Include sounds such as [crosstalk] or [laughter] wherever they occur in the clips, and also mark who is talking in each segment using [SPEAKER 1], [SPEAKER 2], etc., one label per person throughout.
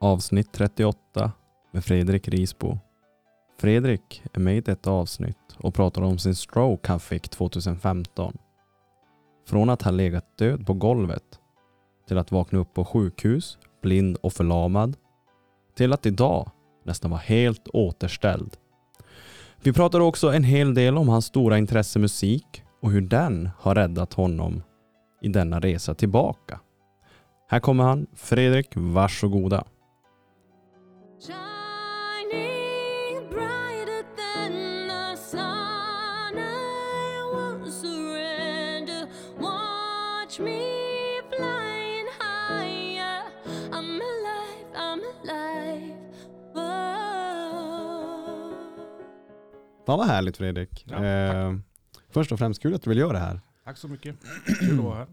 [SPEAKER 1] Avsnitt 38 med Fredrik Risbo. Fredrik är med i detta avsnitt och pratar om sin stroke han fick 2015. Från att ha legat död på golvet till att vakna upp på sjukhus, blind och förlamad till att idag nästan vara helt återställd. Vi pratar också en hel del om hans stora intresse musik och hur den har räddat honom i denna resa tillbaka. Här kommer han. Fredrik, varsågoda.
[SPEAKER 2] Shining brighter than the sun, I won't surrender. Watch me flying higher. I'm alive, I'm alive. Whoa.
[SPEAKER 1] Fan vad härligt Fredrik.
[SPEAKER 3] Ja,
[SPEAKER 1] eh, först och främst kul att du vill göra det här.
[SPEAKER 3] Tack så mycket. Kul att vara här.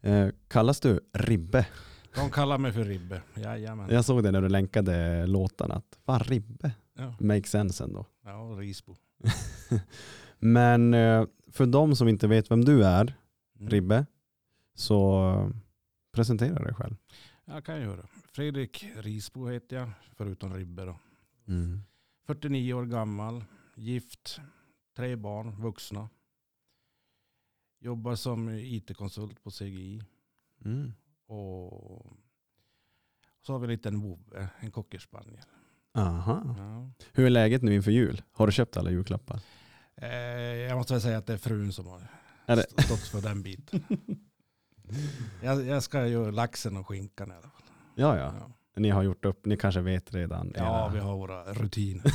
[SPEAKER 1] Eh, kallas du Ribbe?
[SPEAKER 3] De kallar mig för Ribbe. Jajamän. Ja.
[SPEAKER 1] Jag såg det när du länkade låtarna. Att, fan Ribbe,
[SPEAKER 3] Ja,
[SPEAKER 1] makes sense ändå.
[SPEAKER 3] och Risbo.
[SPEAKER 1] Men eh, för de som inte vet vem du är,
[SPEAKER 3] Mm.
[SPEAKER 1] Ribbe, så eh, presentera dig själv.
[SPEAKER 3] Jag kan göra. Fredrik Risbo heter jag, förutom Ribbe då. Mm. 49 år gammal, gift, tre barn, vuxna. Jobbar som IT-konsult på CGI.
[SPEAKER 1] Mm.
[SPEAKER 3] Och så har vi en liten vovve, en cockerspaniel.
[SPEAKER 1] Aha.
[SPEAKER 3] Ja.
[SPEAKER 1] Hur är läget nu inför jul? Har du köpt alla julklappar?
[SPEAKER 3] Eh, jag måste väl säga att det är frun som har
[SPEAKER 1] Är det-
[SPEAKER 3] st- stått för den biten. jag, jag ska göra laxen och skinkan i alla fall.
[SPEAKER 1] Ja, ja.
[SPEAKER 3] Ja.
[SPEAKER 1] Ni har gjort upp, ni kanske vet redan.
[SPEAKER 3] Ja,
[SPEAKER 1] era-
[SPEAKER 3] vi har våra rutiner.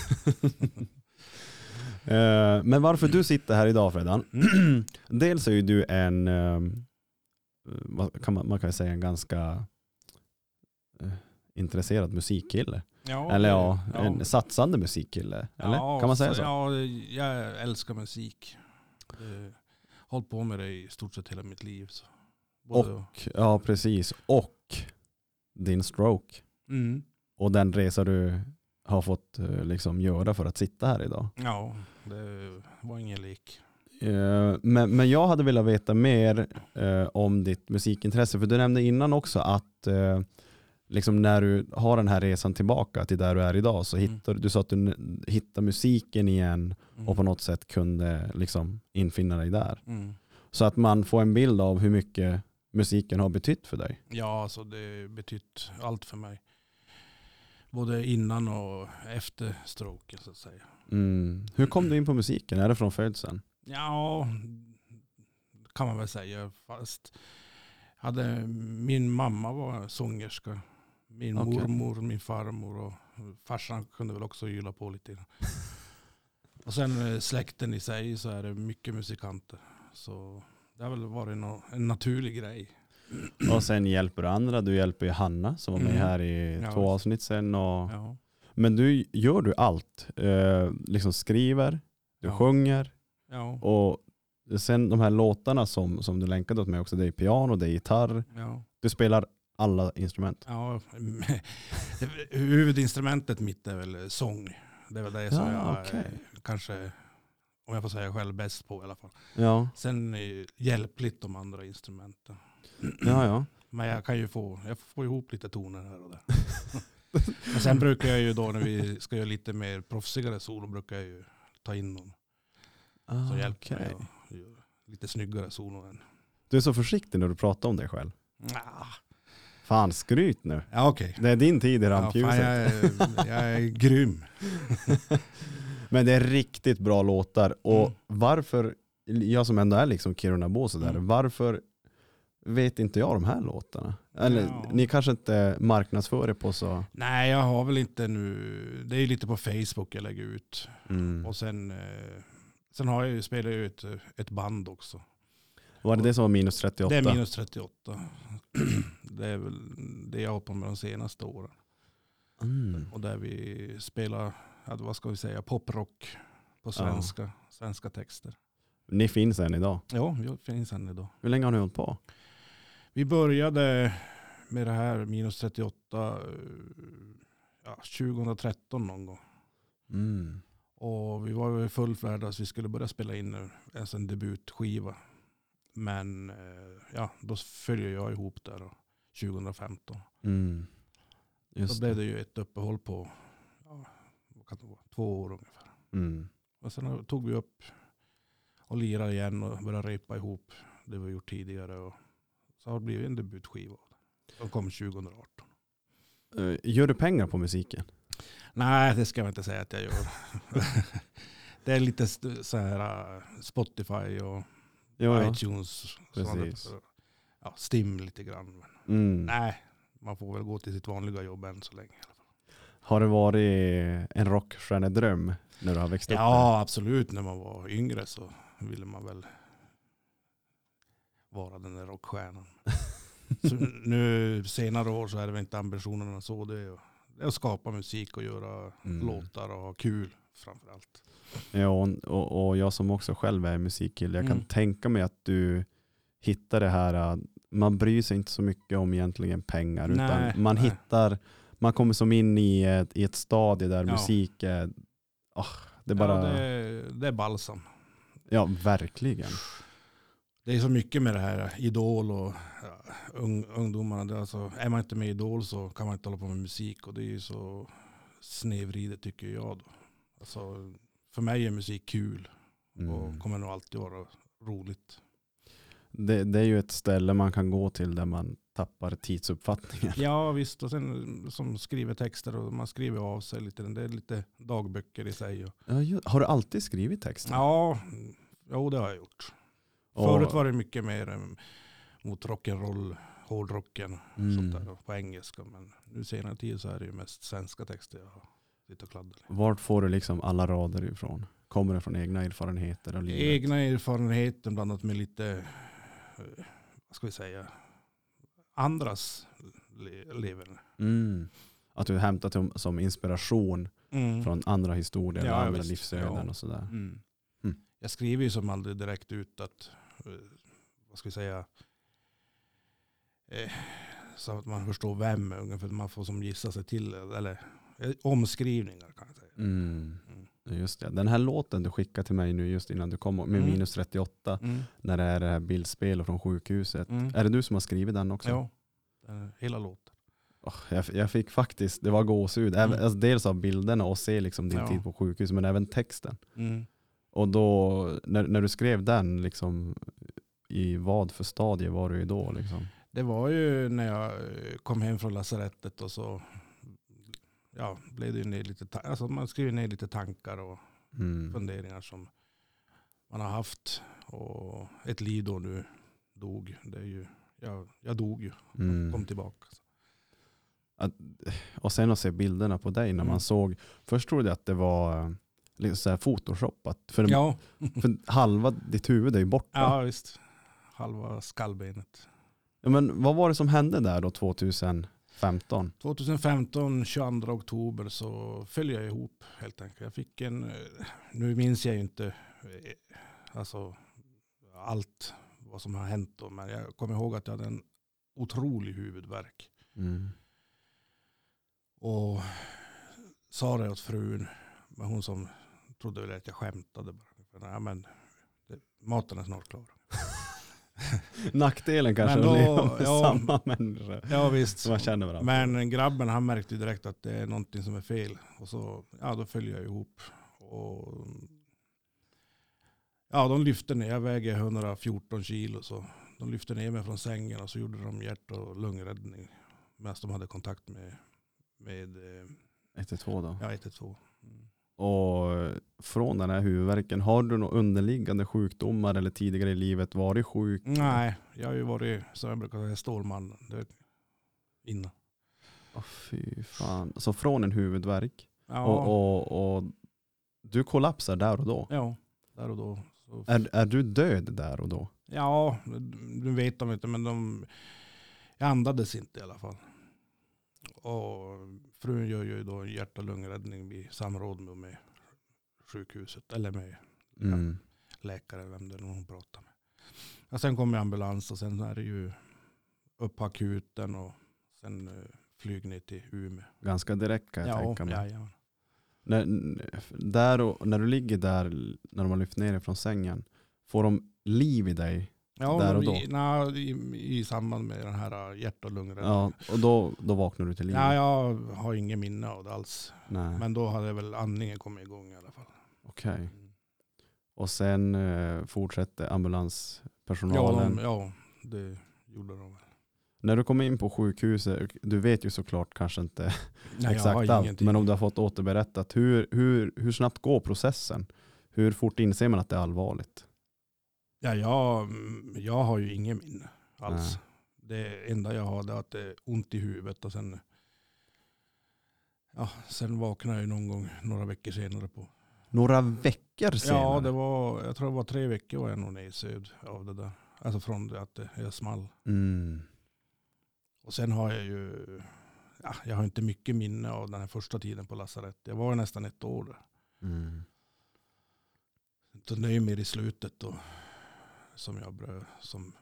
[SPEAKER 1] Eh, Men varför du sitter här idag Fredan,
[SPEAKER 3] Mm.
[SPEAKER 1] [clears throat] dels är ju du en, eh, vad kan man, man kan ju säga en ganska eh, intresserad musikkille. [laughs]
[SPEAKER 3] Ja,
[SPEAKER 1] eller
[SPEAKER 3] det-
[SPEAKER 1] ja, en satsande musikkille. Eller?
[SPEAKER 3] Ja,
[SPEAKER 1] kan man säga så?
[SPEAKER 3] Ja, jag älskar musik. Eh, Hållit på med det i stort sett hela mitt liv. Så. Både-
[SPEAKER 1] Och, ja, precis. Och din stroke.
[SPEAKER 3] Mm,
[SPEAKER 1] Och den resa du har fått eh, liksom göra för att sitta här idag.
[SPEAKER 3] ja, det var ingen lek.
[SPEAKER 1] Eh, Men, men jag hade velat veta mer eh, om ditt musikintresse. För du nämnde innan också att eh, liksom när du har den här resan tillbaka till där du är idag så
[SPEAKER 3] Mm.
[SPEAKER 1] hittar du sa att du n- hittar musiken igen
[SPEAKER 3] Mm,
[SPEAKER 1] och på något sätt kunde liksom infinna dig där.
[SPEAKER 3] mm.
[SPEAKER 1] Så att man får en bild av hur mycket musiken har betytt för dig.
[SPEAKER 3] Ja, alltså det betytt allt för mig. Både innan och efter stroken så att säga.
[SPEAKER 1] Mm. Hur kom du in på musiken? Är det från födseln?
[SPEAKER 3] Ja, kan man väl säga. Fast hade, min mamma var sångerska. Min
[SPEAKER 1] Okej.
[SPEAKER 3] mormor, min farmor och farsan kunde väl också yla på lite. grann. [laughs] Och sen eh, släkten i sig så är det mycket musikanter. Så det har väl varit nå- en naturlig grej.
[SPEAKER 1] Och sen hjälper du andra. Du hjälper ju Hanna som var med
[SPEAKER 3] Mm.
[SPEAKER 1] här i
[SPEAKER 3] Ja,
[SPEAKER 1] två
[SPEAKER 3] visst.
[SPEAKER 1] avsnitt sen. Och...
[SPEAKER 3] Ja.
[SPEAKER 1] Men du, gör du allt? Eh, liksom skriver, du
[SPEAKER 3] Ja.
[SPEAKER 1] sjunger
[SPEAKER 3] Ja,
[SPEAKER 1] och sen de här låtarna som, som du länkade åt mig också, det är piano, det är gitarr,
[SPEAKER 3] ja,
[SPEAKER 1] du spelar alla instrument.
[SPEAKER 3] ja. [laughs] Huvudinstrumentet mitt är väl sång. Det är väl det som
[SPEAKER 1] Ja,
[SPEAKER 3] jag eh,
[SPEAKER 1] okej.
[SPEAKER 3] kanske, om jag får säga själv, bäst på i alla fall.
[SPEAKER 1] Ja,
[SPEAKER 3] Sen eh, hjälpligt de andra instrumenten.
[SPEAKER 1] ja, ja.
[SPEAKER 3] Men jag kan ju få, jag får ihop lite toner här
[SPEAKER 1] [laughs]
[SPEAKER 3] och där. Men sen brukar jag ju då när vi ska göra lite mer proffsigare solo brukar jag ju ta in någon som
[SPEAKER 1] Ah,
[SPEAKER 3] hjälper
[SPEAKER 1] okej.
[SPEAKER 3] mig att göra lite snyggare solo än.
[SPEAKER 1] Du är så försiktig när du pratar om dig själv. Ah.
[SPEAKER 3] Nja,
[SPEAKER 1] Fan, skryt nu.
[SPEAKER 3] Ja okej.
[SPEAKER 1] Det är din tid i
[SPEAKER 3] Ja, fan,
[SPEAKER 1] rampljuset.
[SPEAKER 3] jag, är- jag är grym.
[SPEAKER 1] Men det är riktigt bra låtar. Och
[SPEAKER 3] Mm.
[SPEAKER 1] varför, jag som ändå är liksom Kirunabo sådär,
[SPEAKER 3] Mm.
[SPEAKER 1] varför vet inte jag de här låtarna? Eller
[SPEAKER 3] Ja.
[SPEAKER 1] ni kanske inte marknadsför er på så...
[SPEAKER 3] Nej jag har väl inte nu, det är ju lite på Facebook jag lägger ut.
[SPEAKER 1] Mm.
[SPEAKER 3] Och sen, eh, sen har jag ju, spelar jag ju ett, ett band också.
[SPEAKER 1] Var det det som var minus 38?
[SPEAKER 3] Det är minus 38. [clears throat] Det är väl det jag har hållit på med de senaste åren.
[SPEAKER 1] Mm.
[SPEAKER 3] Och där vi spelar, ja, vad ska vi säga, poprock på svenska. Svenska texter.
[SPEAKER 1] Ni finns än idag.
[SPEAKER 3] Ja, vi finns än idag.
[SPEAKER 1] Hur länge har ni hållit på?
[SPEAKER 3] Vi började med det här minus 38 eh, ja, 2013 någon gång. Mm. Och vi var ju fullflärda så vi skulle börja spela in nu, alltså en debutskiva. Men eh, ja, då följer jag ihop där då, 2015.
[SPEAKER 1] Mm. Just
[SPEAKER 3] Då blev det ju ett uppehåll på ja, vad kan det vara, två år ungefär.
[SPEAKER 1] Mm.
[SPEAKER 3] Och sen tog vi upp och lirade igen och började repa ihop det vi gjort tidigare. Och så har det blivit en debutskiva. Som kom 2018.
[SPEAKER 1] Eh, Gör du pengar på musiken?
[SPEAKER 3] Nej, det ska jag inte säga att jag
[SPEAKER 1] [laughs]
[SPEAKER 3] gör. det är lite st- så här eh, Spotify och
[SPEAKER 1] Ja, ja.
[SPEAKER 3] iTunes.
[SPEAKER 1] Precis.
[SPEAKER 3] Sådant. Ja, Stim lite grann. Men
[SPEAKER 1] Mm.
[SPEAKER 3] nej, man får väl gå till sitt vanliga jobb än så länge.
[SPEAKER 1] Har det varit en rockstjärnedröm när du har växt upp?
[SPEAKER 3] Ja, absolut. När man var yngre så ville man väl vara den
[SPEAKER 1] [laughs]
[SPEAKER 3] där rockstjärnan. så nu senare år så är det väl inte ambitionerna så. Det är, ju- det är att skapa musik och göra
[SPEAKER 1] Mm.
[SPEAKER 3] låtar och ha kul framför allt.
[SPEAKER 1] Ja, och, och, och jag som också själv är musikkille, jag kan
[SPEAKER 3] Mm.
[SPEAKER 1] tänka mig att du hittar det här, äh, man bryr sig inte så mycket om egentligen pengar,
[SPEAKER 3] Nej,
[SPEAKER 1] utan man
[SPEAKER 3] nej.
[SPEAKER 1] hittar, man kommer som in i ett, i ett stadie där
[SPEAKER 3] Ja.
[SPEAKER 1] musik är, ah, det är bara,
[SPEAKER 3] ja, det,
[SPEAKER 1] ja,
[SPEAKER 3] är, det är balsam.
[SPEAKER 1] verkligen.
[SPEAKER 3] Det är så mycket med det här Idol och ja, ung, ungdomarna. Det är, alltså, är man inte med i Idol så kan man inte hålla på med musik och det är ju så snedvridet tycker jag. Då. Alltså, för mig är musik kul och
[SPEAKER 1] Mm.
[SPEAKER 3] kommer nog alltid vara roligt.
[SPEAKER 1] Det, det är ju ett ställe man kan gå till där man tappar tidsuppfattningen.
[SPEAKER 3] Ja visst, och sen som skriver texter och man skriver av sig lite. Det är lite dagböcker i sig. Och,
[SPEAKER 1] [laughs] Ja, ju- Har du alltid skrivit texter?
[SPEAKER 3] ja, jo det har jag gjort.
[SPEAKER 1] Och-
[SPEAKER 3] Förut var det mycket mer eh, mot rock'n'roll, hårdrocken.
[SPEAKER 1] Mm.
[SPEAKER 3] sånt där då, på engelska. Men nu senare tid så är det ju mest svenska texter jag har sitter och kladdar med.
[SPEAKER 1] Vart får du liksom alla rader ifrån? Kommer det från egna erfarenheter och livet?
[SPEAKER 3] Egna erfarenheter bland annat med lite, eh, vad ska vi säga, andras le- leverne.
[SPEAKER 1] Mm. Att du hämtar till, som inspiration
[SPEAKER 3] Mm.
[SPEAKER 1] från andra historier,
[SPEAKER 3] Ja,
[SPEAKER 1] och andra
[SPEAKER 3] visst.
[SPEAKER 1] livsöden
[SPEAKER 3] Ja.
[SPEAKER 1] och sådär.
[SPEAKER 3] Mm.
[SPEAKER 1] Mm.
[SPEAKER 3] Jag skriver ju som aldrig direkt ut att, eh, vad ska vi säga, eh, så att man förstår vem ungefär, man får som gissa sig till, eller eh, omskrivningar kan jag säga.
[SPEAKER 1] Mm.
[SPEAKER 3] Mm.
[SPEAKER 1] Just det. Den här låten du skickade till mig nu just innan du kom, med
[SPEAKER 3] Mm.
[SPEAKER 1] minus 38, när det är det här bildspelet från sjukhuset.
[SPEAKER 3] Mm.
[SPEAKER 1] Är det du som har skrivit den också?
[SPEAKER 3] Ja, eh, hela låten.
[SPEAKER 1] Åh, jag, jag fick faktiskt, det var gåshud. Även,
[SPEAKER 3] Mm.
[SPEAKER 1] alltså, dels av bilderna och se liksom din
[SPEAKER 3] Ja.
[SPEAKER 1] tid på sjukhus, men även texten.
[SPEAKER 3] Mm.
[SPEAKER 1] Och då, när, när du skrev den, liksom, i vad för stadie var du i då? Liksom?
[SPEAKER 3] Det var ju när jag eh, kom hem från lasarettet och så ja, blev det ju ner lite, ta- alltså man skriver ner lite tankar och
[SPEAKER 1] Mm.
[SPEAKER 3] funderingar som man har haft. Och ett liv då nu dog. Det är ju, jag, jag dog ju,
[SPEAKER 1] Mm.
[SPEAKER 3] kom tillbaka.
[SPEAKER 1] Och sen att se bilderna på dig när
[SPEAKER 3] Mm.
[SPEAKER 1] man såg, först trodde jag att det var eh, liksom så här photoshopat, för,
[SPEAKER 3] Ja,
[SPEAKER 1] för halva ditt huvud är ju borta.
[SPEAKER 3] ja visst. Halva skallbenet.
[SPEAKER 1] Ja, Men vad var det som hände där då 2015?
[SPEAKER 3] 2015, 22 oktober så föll jag ihop helt enkelt. Jag fick en, eh, nu minns jag ju inte eh, alltså, allt vad som har hänt då, men jag kommer ihåg att jag hade en otrolig huvudvärk.
[SPEAKER 1] Mm.
[SPEAKER 3] [laughs] Och sa det åt frun, men hon som trodde väl att jag skämtade bara. Nej, men det, maten är snart klar.
[SPEAKER 1] Nackdelen kanske
[SPEAKER 3] Men
[SPEAKER 1] att
[SPEAKER 3] då-
[SPEAKER 1] leva med
[SPEAKER 3] ja.
[SPEAKER 1] samma människa
[SPEAKER 3] Ja visst.
[SPEAKER 1] som man känner varandra.
[SPEAKER 3] Men grabben han märkte ju direkt att det är någonting som är fel. Och så, ja då följer jag ihop. Och, ja de lyfte ner, jag väger 114 kilo så de lyfte ner mig från sängen och så gjorde de hjärt och lungräddning. Medan de hade kontakt med, med eh,
[SPEAKER 1] 112 då.
[SPEAKER 3] ja, 112. Mm.
[SPEAKER 1] Och från den här huvudvärken, har du några underliggande sjukdomar eller tidigare i livet varit sjuk?
[SPEAKER 3] Nej, jag har ju varit, som jag brukar säga, Stålmannen. Det vet ni. Innan.
[SPEAKER 1] Åh, fy fan. Så från en huvudvärk
[SPEAKER 3] Ja,
[SPEAKER 1] och, och, och du kollapsar där och då.
[SPEAKER 3] ja där och då. Så
[SPEAKER 1] Är, är du död där och då?
[SPEAKER 3] Ja, nu vet de inte, men de jag andades inte i alla fall. Och frun gör ju då hjärt och lungräddning i samråd med, med sjukhuset, eller med
[SPEAKER 1] Mm.
[SPEAKER 3] läkare, vem det nu hon pratar med. Och sen kommer ambulans och sen är det ju upp på akuten och sen eh, flyg ner till Umeå.
[SPEAKER 1] Ganska direkt kan jag tänka mig.
[SPEAKER 3] ja, ja.
[SPEAKER 1] När, n- där och, när du ligger där, när de har lyft ner dig från sängen, får de liv i dig
[SPEAKER 3] Ja,
[SPEAKER 1] Där och
[SPEAKER 3] i-
[SPEAKER 1] då?
[SPEAKER 3] nej, i, I samband med den här äh, hjärt och lungräddningen.
[SPEAKER 1] Ja, och då, då vaknar du till liv?
[SPEAKER 3] Nej, jag har ingen minne av det alls.
[SPEAKER 1] Nej.
[SPEAKER 3] Men då hade väl andningen kommit igång i alla fall.
[SPEAKER 1] Okej.
[SPEAKER 3] Mm.
[SPEAKER 1] Och sen eh, fortsätter
[SPEAKER 3] Ja,
[SPEAKER 1] ambulanspersonalen.
[SPEAKER 3] de, ja, det gjorde de. väl.
[SPEAKER 1] När du kommer in på sjukhuset, du vet ju såklart kanske
[SPEAKER 3] [laughs]
[SPEAKER 1] inte
[SPEAKER 3] Nej, jag har
[SPEAKER 1] exakt allt,
[SPEAKER 3] ingenting.
[SPEAKER 1] men om du har fått återberättat, hur, hur, hur snabbt går processen? Hur fort inser man att det är allvarligt?
[SPEAKER 3] Ja, jag, mm, jag har ju ingen minne alls. Det enda jag har det är att det är ont i huvudet och sen, ja, sen vaknade jag ju någon gång några veckor senare på.
[SPEAKER 1] Några veckor senare?
[SPEAKER 3] Ja, det var, jag tror det var tre veckor var jag nog nedsövd av det där. Alltså från det att det- jag small.
[SPEAKER 1] mm.
[SPEAKER 3] Och sen har jag ju, ja, jag har inte mycket minne av den här första tiden på lasarett. Jag var ju nästan ett år där.
[SPEAKER 1] Mm.
[SPEAKER 3] Utan det är ju mer i slutet då som jag bröt. Som,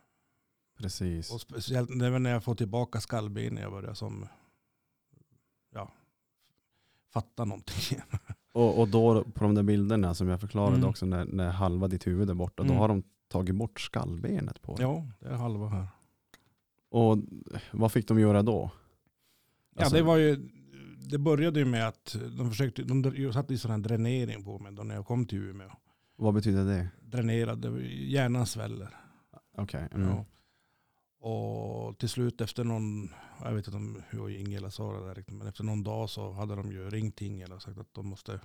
[SPEAKER 1] Precis.
[SPEAKER 3] och speciellt det var när jag får tillbaka skallbenet jag börjar som, ja, fatta någonting.
[SPEAKER 1] Och, och då på de där bilderna som jag förklarade
[SPEAKER 3] Mm.
[SPEAKER 1] också, när, när halva ditt huvud är borta,
[SPEAKER 3] Mm.
[SPEAKER 1] då har de tagit bort skallbenet på dig.
[SPEAKER 3] [laughs] ja, det är halva här.
[SPEAKER 1] Och vad fick de göra då?
[SPEAKER 3] Ja,
[SPEAKER 1] Alltså-
[SPEAKER 3] det var ju, det började ju med att de försökte, de satte ju sån här dränering på mig då när jag kom till Umeå.
[SPEAKER 1] Vad betyder det?
[SPEAKER 3] Dränerade, hjärnan sväller.
[SPEAKER 1] Okej. mm.
[SPEAKER 3] Ja. Och till slut efter någon, jag vet inte om hur Ingela sa det där riktigt, men efter någon dag så hade de ju ringt Ingela och sagt att de måste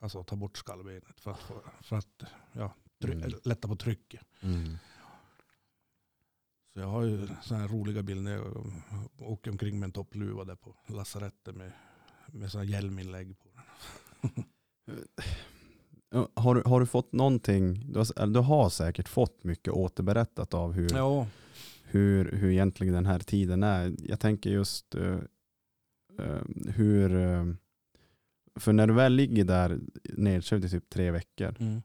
[SPEAKER 3] alltså, ta bort skallbenet för att, få, för att ja, try-
[SPEAKER 1] Mm.
[SPEAKER 3] lätta på trycket.
[SPEAKER 1] Mm.
[SPEAKER 3] Så jag har ju sådana här roliga bilder. Jag åker omkring med en toppluva där på lasarettet med, med sådana här hjälminlägg på.
[SPEAKER 1] Ja, Har, du- har du fått någonting, du har, eller du har säkert fått mycket återberättat av hur,
[SPEAKER 3] Ja,
[SPEAKER 1] hur, hur egentligen den här tiden är. Jag tänker just eh, eh, hur, eh, för när du väl ligger där nedsövd i typ tre veckor,
[SPEAKER 3] mm.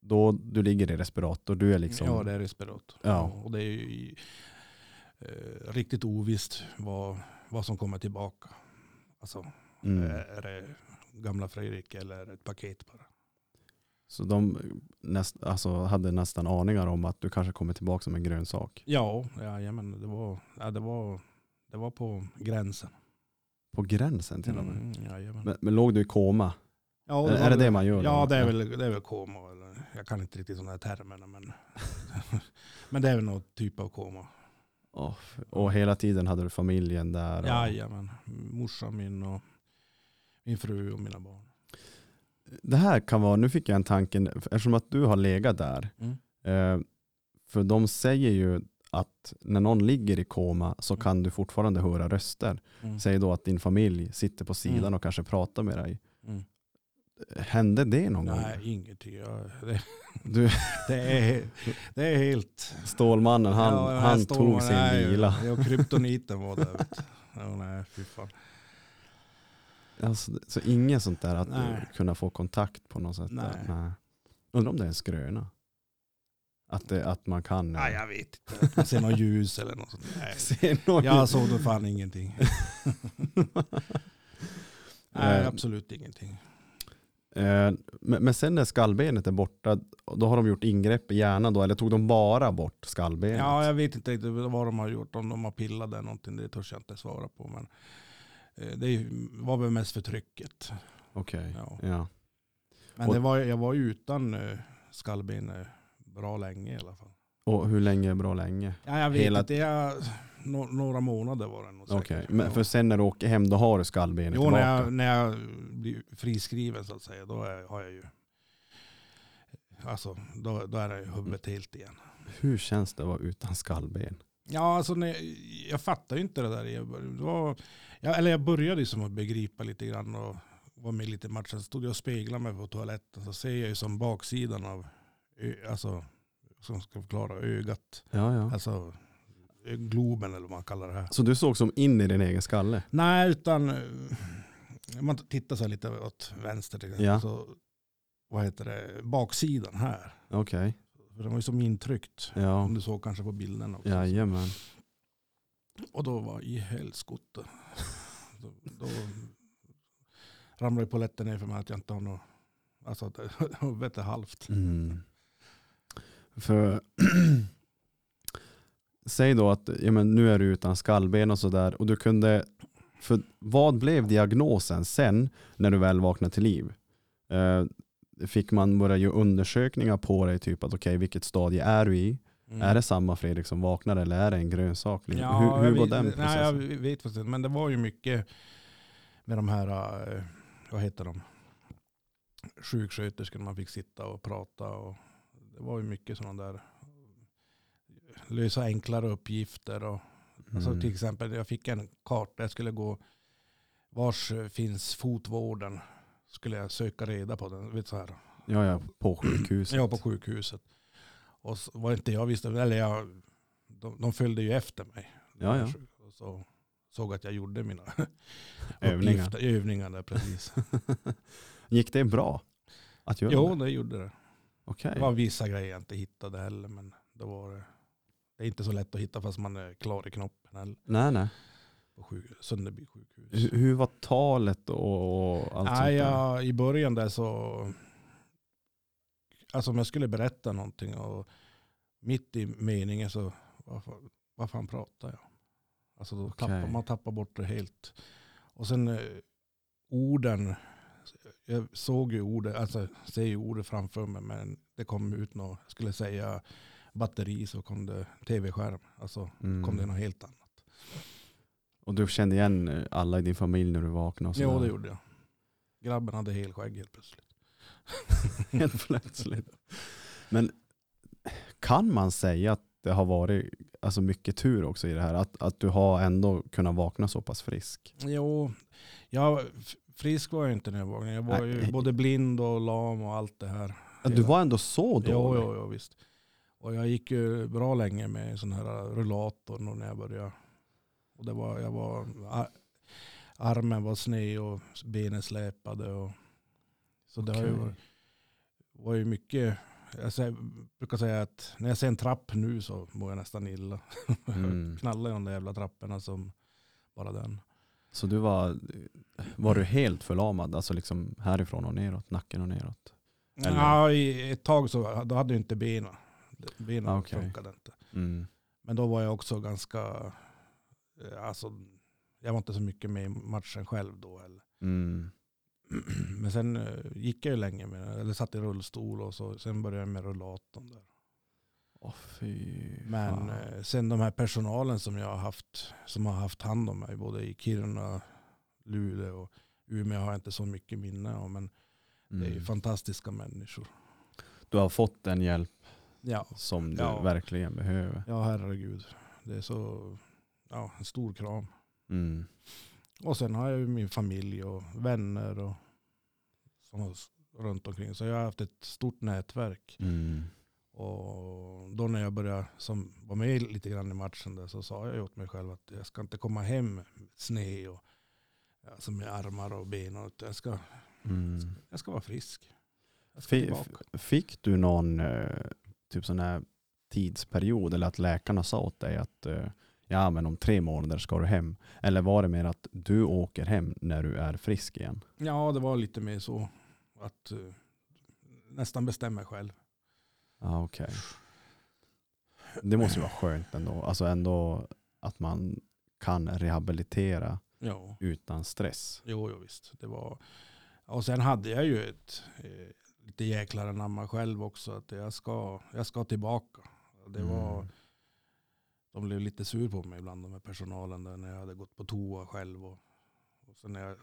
[SPEAKER 1] då du ligger i respirator, du är liksom,
[SPEAKER 3] ja det är respirator.
[SPEAKER 1] Ja.
[SPEAKER 3] Och det är ju i, eh, riktigt ovisst vad, vad som kommer tillbaka. Alltså,
[SPEAKER 1] mm.
[SPEAKER 3] Är det gamla Fredrik eller är det ett paket bara?
[SPEAKER 1] så de näst, alltså, hade nästan aningar om att du kanske kommer tillbaka som en grönsak.
[SPEAKER 3] Ja, jajamän, det var, ja, det var, det var på gränsen.
[SPEAKER 1] På gränsen till och med.
[SPEAKER 3] Mm, jajamän.
[SPEAKER 1] Men, men låg du i koma?
[SPEAKER 3] ja,
[SPEAKER 1] är, är det det man gör? då?
[SPEAKER 3] Ja, det är väl, det är väl koma. Eller, jag kan inte riktigt sådana här termerna, men, [laughs] men det är väl någon typ av koma.
[SPEAKER 1] Åh, och hela tiden hade du familjen där? Och,
[SPEAKER 3] Jajamän, morsan min och min fru och mina barn.
[SPEAKER 1] Det här kan vara, nu fick jag en tanke, eftersom att du har legat där.
[SPEAKER 3] Mm.
[SPEAKER 1] Eh, för de säger ju att när någon ligger i koma så
[SPEAKER 3] Mm.
[SPEAKER 1] kan du fortfarande höra röster.
[SPEAKER 3] Mm.
[SPEAKER 1] Säg då att din familj sitter på sidan
[SPEAKER 3] Mm.
[SPEAKER 1] och kanske pratar med dig.
[SPEAKER 3] Mm.
[SPEAKER 1] Hände det någon
[SPEAKER 3] Nej,
[SPEAKER 1] gång?
[SPEAKER 3] ingenting. Jag, det,
[SPEAKER 1] Du,
[SPEAKER 3] [laughs] det, är, det är helt...
[SPEAKER 1] Stålmannen, han,
[SPEAKER 3] Ja, här
[SPEAKER 1] han
[SPEAKER 3] står
[SPEAKER 1] tog
[SPEAKER 3] man.
[SPEAKER 1] sin
[SPEAKER 3] nej,
[SPEAKER 1] vila.
[SPEAKER 3] Ja, kryptoniten var
[SPEAKER 1] [laughs]
[SPEAKER 3] där. vet du. Ja, nej, fy fan.
[SPEAKER 1] Alltså, så inget sånt där att
[SPEAKER 3] Nej.
[SPEAKER 1] du kunna få kontakt på något sätt? där.
[SPEAKER 3] Nej.
[SPEAKER 1] Nej. Undrar om det är en skröna? Att, det, att man kan... eh,
[SPEAKER 3] Nej, jag vet inte. Att Man ser något ljus eller något sånt. Nej.
[SPEAKER 1] [laughs] se någon-
[SPEAKER 3] Jag såg då fan ingenting.
[SPEAKER 1] [laughs]
[SPEAKER 3] Nej, absolut ingenting.
[SPEAKER 1] Eh, Men, men sen när skallbenet är borta, då har de gjort ingrepp i hjärnan då, eller tog de bara bort skallbenet?
[SPEAKER 3] Ja, jag vet inte riktigt vad de har gjort. Om de har pillat eller någonting, det törs jag inte svara på. Men eh, det är ju- var väl mest för trycket.
[SPEAKER 1] Okej.
[SPEAKER 3] Ja.
[SPEAKER 1] Ja.
[SPEAKER 3] Men
[SPEAKER 1] Och-
[SPEAKER 3] det var, jag var ju utan eh, skallben eh, bra länge i alla fall.
[SPEAKER 1] Och hur länge är bra länge?
[SPEAKER 3] Ja, jag vet
[SPEAKER 1] Hela-
[SPEAKER 3] inte, jag, no, några månader var det nog
[SPEAKER 1] Okej,
[SPEAKER 3] säkert.
[SPEAKER 1] men
[SPEAKER 3] Ja.
[SPEAKER 1] för sen när du åker hem då har du skallbenet
[SPEAKER 3] Jo,
[SPEAKER 1] tillbaka?
[SPEAKER 3] när jag, när jag blir friskriven så att säga, då är, har jag ju... Alltså, då, då är det ju huvudet helt igen.
[SPEAKER 1] Hur känns det att vara utan skallben?
[SPEAKER 3] Ja, alltså när, jag fattar ju inte det där. Jag, bör- det var, jag, eller jag började ju som att begripa lite grann och var med lite i matchen. Så stod jag och speglade mig på toaletten så ser jag ju som baksidan av, ö- alltså, som ska jag förklara, ögat.
[SPEAKER 1] Ja, ja.
[SPEAKER 3] Alltså, ö- globen eller vad man kallar det här.
[SPEAKER 1] Så du såg som in i din egen skalle?
[SPEAKER 3] Nej, utan eh, om man tittar så här lite åt vänster till exempel,
[SPEAKER 1] Ja.
[SPEAKER 3] så vad heter det, baksidan här.
[SPEAKER 1] Okej,
[SPEAKER 3] För den var ju som intryckt.
[SPEAKER 1] ja.
[SPEAKER 3] Om du såg kanske på bilden också.
[SPEAKER 1] Jajamän.
[SPEAKER 3] Och då var i helskotta. Då, då ramlade ju polletten ner för mig att jag inte har något, [laughs] Mm. alltså att huvudet är halvt.
[SPEAKER 1] Mm. För [clears throat] säg då att ja, men nu är du utan skallben och sådär och du kunde, för vad blev diagnosen sen när du väl vaknade till liv? Eh, fick man börja göra undersökningar på dig, typ att okej vilket stadie är du i?
[SPEAKER 3] Mm.
[SPEAKER 1] Är det samma Fredrik som vaknar eller är det en grönsak? Liksom,
[SPEAKER 3] Ja,
[SPEAKER 1] hur
[SPEAKER 3] jag
[SPEAKER 1] hur var
[SPEAKER 3] vet-
[SPEAKER 1] den
[SPEAKER 3] Nej, jag
[SPEAKER 1] processen?
[SPEAKER 3] vet faktiskt inte. Men det var ju mycket med de här, eh, vad heter de? Sjuksköterskorna man fick sitta och prata. Och det var ju mycket sådana där lösa enklare uppgifter. Och, alltså
[SPEAKER 1] Mm.
[SPEAKER 3] till exempel, jag fick en karta. Jag skulle gå, vars finns fotvården? Skulle jag söka reda på den. Vet, så här.
[SPEAKER 1] Ja, ja, på
[SPEAKER 3] [clears throat]
[SPEAKER 1] sjukhuset.
[SPEAKER 3] Jag var på sjukhuset. Och så var inte jag visste, eller jag, de, de följde ju efter mig.
[SPEAKER 1] ja, ja.
[SPEAKER 3] Och så såg att jag gjorde mina
[SPEAKER 1] [laughs] Övningar.
[SPEAKER 3] uppgifter- övningar
[SPEAKER 1] [laughs]
[SPEAKER 3] där precis.
[SPEAKER 1] Gick det bra? Att göra
[SPEAKER 3] jo,
[SPEAKER 1] det?
[SPEAKER 3] det gjorde det.
[SPEAKER 1] Okej.
[SPEAKER 3] Det var vissa grejer jag inte hittade heller, men då var det, det är inte så lätt att hitta fast man är klar i knoppen heller
[SPEAKER 1] Nej, nej.
[SPEAKER 3] på sjuk, Sunderby sjukhus.
[SPEAKER 1] Hur, hur var talet och, och allt
[SPEAKER 3] Nej,
[SPEAKER 1] sånt där?
[SPEAKER 3] jag, I början där så, alltså om jag skulle berätta någonting och mitt i meningen så, vad fan, vad fan pratar jag? Alltså då tappar,
[SPEAKER 1] Okej.
[SPEAKER 3] man tappar bort det helt. Och sen eh, orden, jag såg ju ordet, alltså ser ju ordet framför mig men det kom ut något, jag skulle säga batteri så kom det tv-skärm, alltså
[SPEAKER 1] Mm.
[SPEAKER 3] kom det något helt annat.
[SPEAKER 1] Och du kände igen eh, alla i din familj när du vaknade? Och sådär?
[SPEAKER 3] Jo
[SPEAKER 1] [laughs]
[SPEAKER 3] det gjorde jag. Grabben hade helskägg helt plötsligt.
[SPEAKER 1] Helt plötsligt. Men kan man säga att det har varit alltså mycket tur också i det här? Att, att du har ändå kunnat vakna så pass frisk?
[SPEAKER 3] Jo, jag, f- frisk var jag inte när jag vaknade. Jag var
[SPEAKER 1] Nej.
[SPEAKER 3] ju både blind och lam och allt det här.
[SPEAKER 1] Att du var ändå så dålig?
[SPEAKER 3] Jo, jo, jo, visst. Och jag gick ju bra länge med sån här rullator när jag började. Och det var, jag var, ar- armen var sned och benen släpade. Och, så det har ju
[SPEAKER 1] Okej.
[SPEAKER 3] varit- [laughs] var ju mycket. Jag säger, brukar säga att när jag ser en trapp nu så mår jag nästan illa. [laughs]
[SPEAKER 1] Mm.
[SPEAKER 3] Knallar i de där jävla trapporna som bara den.
[SPEAKER 1] Så du var, var du helt förlamad? Alltså liksom härifrån och neråt, nacken och neråt? Eller?
[SPEAKER 3] Ja, i ett tag så då hade jag inte benen. Benen
[SPEAKER 1] Ah, okej.
[SPEAKER 3] funkade inte.
[SPEAKER 1] Mm.
[SPEAKER 3] Men då var jag också ganska, eh, alltså, jag var inte så mycket med i matchen själv då heller. [clears throat]
[SPEAKER 1] Mm.
[SPEAKER 3] Men sen eh, gick jag ju länge med den, eller satt i rullstol och så, sen började jag med rullatorn. Där.
[SPEAKER 1] Åh fy
[SPEAKER 3] Men
[SPEAKER 1] fan.
[SPEAKER 3] eh, sen de här personalen som jag har haft, som har haft hand om mig, både i Kiruna, Luleå och Umeå har jag inte så mycket minne av. Men det är ju
[SPEAKER 1] Mm.
[SPEAKER 3] fantastiska människor.
[SPEAKER 1] Du har fått den hjälp
[SPEAKER 3] Ja,
[SPEAKER 1] som du
[SPEAKER 3] Ja.
[SPEAKER 1] verkligen behöver.
[SPEAKER 3] ja herregud. Det är så, ja, en stor kram.
[SPEAKER 1] Mm.
[SPEAKER 3] Och sen har jag ju min familj och vänner och sådana s- runt omkring. Så jag har haft ett stort nätverk.
[SPEAKER 1] Mm.
[SPEAKER 3] Och då när jag började, som var med lite grann i matchen där, så sa jag ju åt mig själv att jag ska inte komma hem sned och alltså med armar och ben. Och, utan jag, ska,
[SPEAKER 1] Mm.
[SPEAKER 3] jag ska vara frisk. Jag ska
[SPEAKER 1] Fi-
[SPEAKER 3] tillbaka.
[SPEAKER 1] Fick du någon eh, typ sån här tidsperiod eller att läkarna sa åt dig att eh, ja men om tre månader ska du hem? Eller var det mer att du åker hem när du är frisk igen?
[SPEAKER 3] Ja, det var lite mer så att eh, nästan bestämma själv.
[SPEAKER 1] Ah, okay. Det måste ju vara skönt ändå. Alltså ändå att man kan rehabilitera
[SPEAKER 3] Ja.
[SPEAKER 1] utan stress.
[SPEAKER 3] Jo, jo visst. Det var... Och sen hade jag ju ett eh, lite jäklar anamma själv också. Att jag ska, jag ska tillbaka. Det var,
[SPEAKER 1] Mm.
[SPEAKER 3] De blev lite sur på mig ibland, de här personalen. Där, när jag hade gått på toa själv. Och, och sen när jag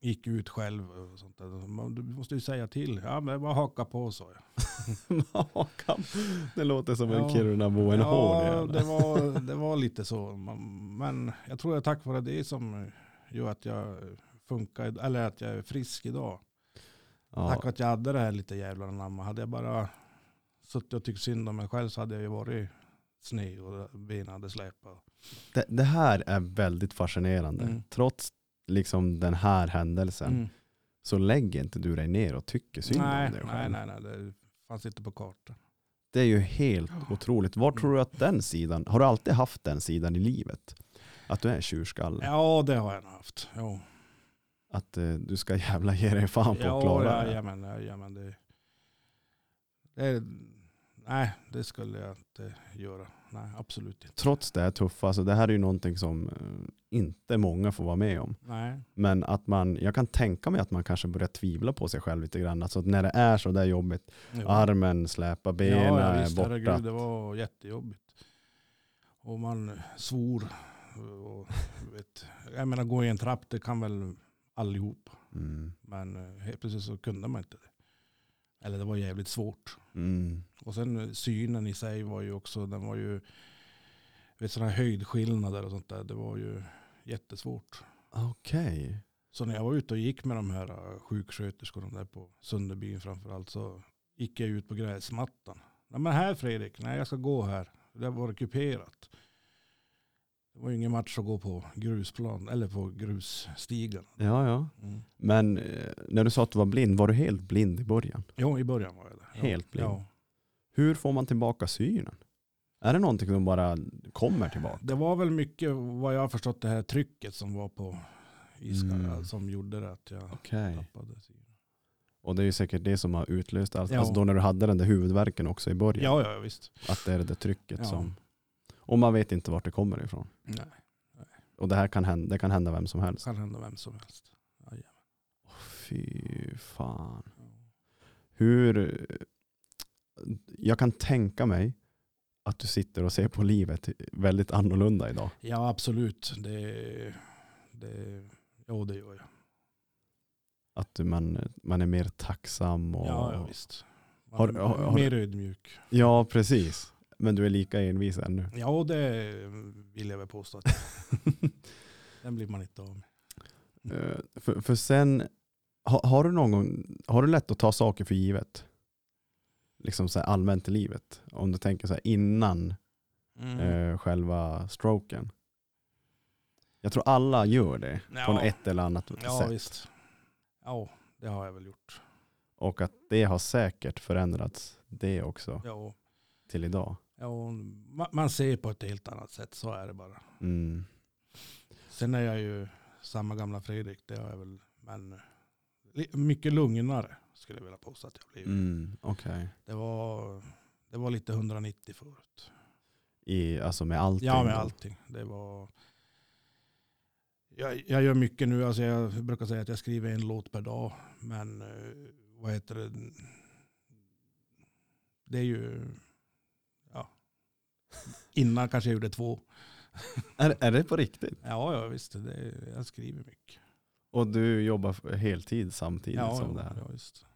[SPEAKER 3] gick ut själv. Och sånt där. Man- Du måste ju säga till. Ja, men bara haka på, sa jag.
[SPEAKER 1] [laughs] Hakan. Mm. Det låter som en
[SPEAKER 3] Ja.
[SPEAKER 1] Kirunabo, en hård
[SPEAKER 3] ja,
[SPEAKER 1] jävel.
[SPEAKER 3] det var, det var lite så. Man- Men jag tror det är tack vare det som gör att jag funkar, eller att jag är frisk idag.
[SPEAKER 1] Ja,
[SPEAKER 3] Tack vare att jag hade det här lite jävlar anamma. Hade jag bara suttit och tyckt synd om mig själv så hade jag ju varit sned och benen hade släpat.
[SPEAKER 1] det, det här är väldigt fascinerande.
[SPEAKER 3] Mm.
[SPEAKER 1] Trots liksom den här händelsen så lägger inte du dig ner och tycker synd
[SPEAKER 3] Nej,
[SPEAKER 1] om dig
[SPEAKER 3] nej,
[SPEAKER 1] själv.
[SPEAKER 3] nej, nej, det fanns inte på kartan.
[SPEAKER 1] Det är ju helt otroligt. Var tror du att den sidan, har du alltid haft den sidan i livet? Att du är en tjurskalle?
[SPEAKER 3] Ja, det har jag nog haft. Jo.
[SPEAKER 1] Att eh, du ska [laughs] jävla ge dig fan på att
[SPEAKER 3] ja,
[SPEAKER 1] klara
[SPEAKER 3] ja,
[SPEAKER 1] det?
[SPEAKER 3] jajamän, jajamän, det. Det är nej, det skulle jag inte göra. Nej, absolut inte.
[SPEAKER 1] Trots det här tuffa, så det här är ju någonting som eh, inte många får vara med om.
[SPEAKER 3] Nej.
[SPEAKER 1] Men att man, jag kan tänka mig att man kanske börjar tvivla på sig själv lite grann. Alltså att när det är så där jobbigt,
[SPEAKER 3] Jo.
[SPEAKER 1] armen släpar, benen
[SPEAKER 3] ja,
[SPEAKER 1] är
[SPEAKER 3] visst,
[SPEAKER 1] borta.
[SPEAKER 3] herregud, det var jättejobbigt. Och man svor. Och, vet, jag menar gå i en trapp, det kan väl allihop.
[SPEAKER 1] Mm.
[SPEAKER 3] Men eh, helt plötsligt så kunde man inte det. Eller det var jävligt svårt.
[SPEAKER 1] Mm.
[SPEAKER 3] Och sen eh, synen i sig var ju också, den var ju, vet sådana här höjdskillnader och sånt där, det var ju jättesvårt.
[SPEAKER 1] Okej.
[SPEAKER 3] Så när jag var ute och gick med de här eh, sjuksköterskorna där på Sunderbyn framförallt så gick jag ut på gräsmattan. Nej men här Fredrik, nej jag ska gå här. Det var det kuperat. Det var ju ingen match att gå på grusplan eller på grusstigen.
[SPEAKER 1] Ja, ja.
[SPEAKER 3] Mm.
[SPEAKER 1] Men eh, när du sa att du var blind, var du helt blind i början?
[SPEAKER 3] Jo, i början var jag där. Ja,
[SPEAKER 1] Helt blind.
[SPEAKER 3] Ja.
[SPEAKER 1] Hur får man tillbaka synen? Är det någonting som bara kommer tillbaka?
[SPEAKER 3] Det var väl mycket vad jag har förstått det här trycket som var på iskarna
[SPEAKER 1] Mm.
[SPEAKER 3] som gjorde det att jag
[SPEAKER 1] Okej.
[SPEAKER 3] tappade synen.
[SPEAKER 1] Och det är ju säkert det som har utlöst allt.
[SPEAKER 3] Ja.
[SPEAKER 1] Alltså då när du hade den där huvudvärken också i början.
[SPEAKER 3] Ja, ja visst.
[SPEAKER 1] Att det är det där trycket
[SPEAKER 3] Ja.
[SPEAKER 1] som... Och man vet inte vart det kommer ifrån.
[SPEAKER 3] Nej,
[SPEAKER 1] Och det här kan hända, det kan hända vem som
[SPEAKER 3] det
[SPEAKER 1] helst.
[SPEAKER 3] kan hända vem som helst.
[SPEAKER 1] Åh, Fy fan.
[SPEAKER 3] Ja.
[SPEAKER 1] Hur... Jag kan tänka mig att du sitter och ser på livet väldigt annorlunda idag.
[SPEAKER 3] Ja, absolut. Det, det, ja, det gör jag.
[SPEAKER 1] Att du- man, man är mer tacksam och...
[SPEAKER 3] Ja, ja visst. Man
[SPEAKER 1] Har-
[SPEAKER 3] är
[SPEAKER 1] har- har-
[SPEAKER 3] mer ödmjuk.
[SPEAKER 1] Ja, precis. Men du är lika envis ännu.
[SPEAKER 3] Ja, det vill jag väl påstå. Att
[SPEAKER 1] [laughs]
[SPEAKER 3] den blir man inte av med. Mm.
[SPEAKER 1] Eh, för, för sen, ha, har du någon gång, har du lätt att ta saker för givet? Liksom så här allmänt i livet. Om du tänker så här innan
[SPEAKER 3] Mm.
[SPEAKER 1] eh, själva stroken. Jag tror alla gör det på
[SPEAKER 3] Ja.
[SPEAKER 1] något ett eller annat
[SPEAKER 3] ja,
[SPEAKER 1] sätt.
[SPEAKER 3] visst. Ja, det har jag väl gjort.
[SPEAKER 1] Och att det har säkert förändrats det också
[SPEAKER 3] Ja,
[SPEAKER 1] till idag.
[SPEAKER 3] ja, ma- man ser på ett helt annat sätt, så är det bara.
[SPEAKER 1] Mm.
[SPEAKER 3] Sen är jag ju samma gamla Fredrik, det har jag väl. Men li- mycket lugnare skulle jag vilja påstå att jag blev.
[SPEAKER 1] Mm. Okej.
[SPEAKER 3] Det, var, det var lite 190 förut.
[SPEAKER 1] I Alltså med allting.
[SPEAKER 3] Ja, med allting. Det var... Jag, jag gör mycket nu. Alltså jag brukar säga att jag skriver en låt per dag. Men eh, vad heter det? Det är ju... Ja. Innan kanske jag gjorde två.
[SPEAKER 1] Är, är det på riktigt?
[SPEAKER 3] Ja, ja visst. Det, jag skriver mycket.
[SPEAKER 1] Och du jobbar f- heltid samtidigt
[SPEAKER 3] Ja,
[SPEAKER 1] som
[SPEAKER 3] ja,
[SPEAKER 1] det här?
[SPEAKER 3] ja, just.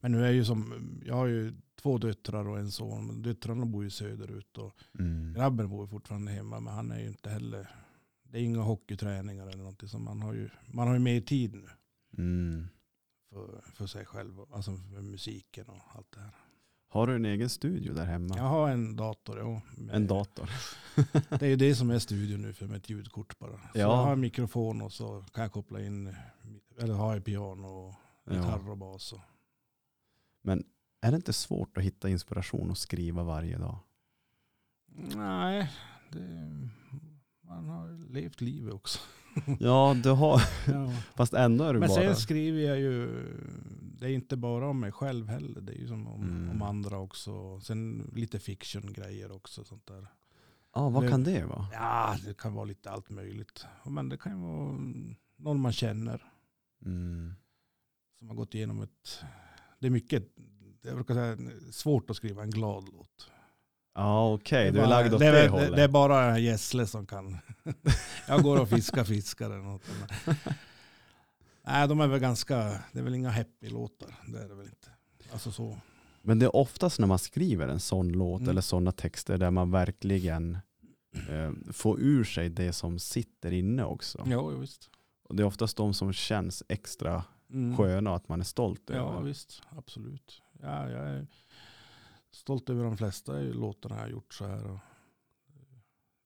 [SPEAKER 3] Men nu är jag ju som... Jag har ju två döttrar och en son. Men Döttrarna bor ju söderut. Och
[SPEAKER 1] Mm.
[SPEAKER 3] Grabben bor ju fortfarande hemma men han är ju inte heller, det är inga hockeyträningar eller någonting. Så man har ju, man har ju mer tid nu
[SPEAKER 1] Mm.
[SPEAKER 3] för, för sig själv, och- alltså för musiken och allt det här.
[SPEAKER 1] Har du en egen studio där hemma?
[SPEAKER 3] Jag har en dator, ja. med-
[SPEAKER 1] En dator.
[SPEAKER 3] Det är ju det som är studion nu för mitt ljudkort bara. Så
[SPEAKER 1] Ja.
[SPEAKER 3] jag har en mikrofon och så kan jag koppla in, eller har jag piano och
[SPEAKER 1] [laughs] Ja.
[SPEAKER 3] gitarr och bas. Och,
[SPEAKER 1] Är det inte svårt att hitta inspiration och skriva varje
[SPEAKER 3] [laughs]
[SPEAKER 1] dag?
[SPEAKER 3] nej, det, man har ju levt livet också.
[SPEAKER 1] Ja, du har,
[SPEAKER 3] [laughs] Ja.
[SPEAKER 1] fast ändå är du
[SPEAKER 3] Men
[SPEAKER 1] bara...
[SPEAKER 3] sen skriver jag ju, det är inte bara om mig själv heller, det är ju som om,
[SPEAKER 1] Mm.
[SPEAKER 3] om andra också. Sen lite fiction-grejer också. Sånt där.
[SPEAKER 1] Ja, vad
[SPEAKER 3] nu-
[SPEAKER 1] kan det vara?
[SPEAKER 3] Ja, det kan vara lite allt möjligt. Men det kan ju vara mm, någon man känner
[SPEAKER 1] Mm.
[SPEAKER 3] som har gått igenom ett... Det är mycket, jag brukar säga svårt att skriva en glad låt.
[SPEAKER 1] Ja, okej, du är
[SPEAKER 3] bara-
[SPEAKER 1] lagd åt
[SPEAKER 3] det,
[SPEAKER 1] det,
[SPEAKER 3] är väl-
[SPEAKER 1] hållet.
[SPEAKER 3] det, det är bara den här Gessle
[SPEAKER 1] [laughs]
[SPEAKER 3] som kan. jag går och fiskar fiskar eller något. Men- Nej, de är väl ganska, det är väl inga happy-låtar. Det är det väl inte. Alltså så.
[SPEAKER 1] Men det är oftast när man skriver en sån låt
[SPEAKER 3] Mm.
[SPEAKER 1] eller sådana texter där man verkligen eh, får ur sig det som sitter inne också.
[SPEAKER 3] Ja, ja visst.
[SPEAKER 1] Och det är oftast de som känns extra
[SPEAKER 3] Mm.
[SPEAKER 1] sköna och att man är stolt
[SPEAKER 3] Ja,
[SPEAKER 1] över.
[SPEAKER 3] visst. Absolut. Ja, jag är stolt över de flesta låtarna jag har gjort så här. och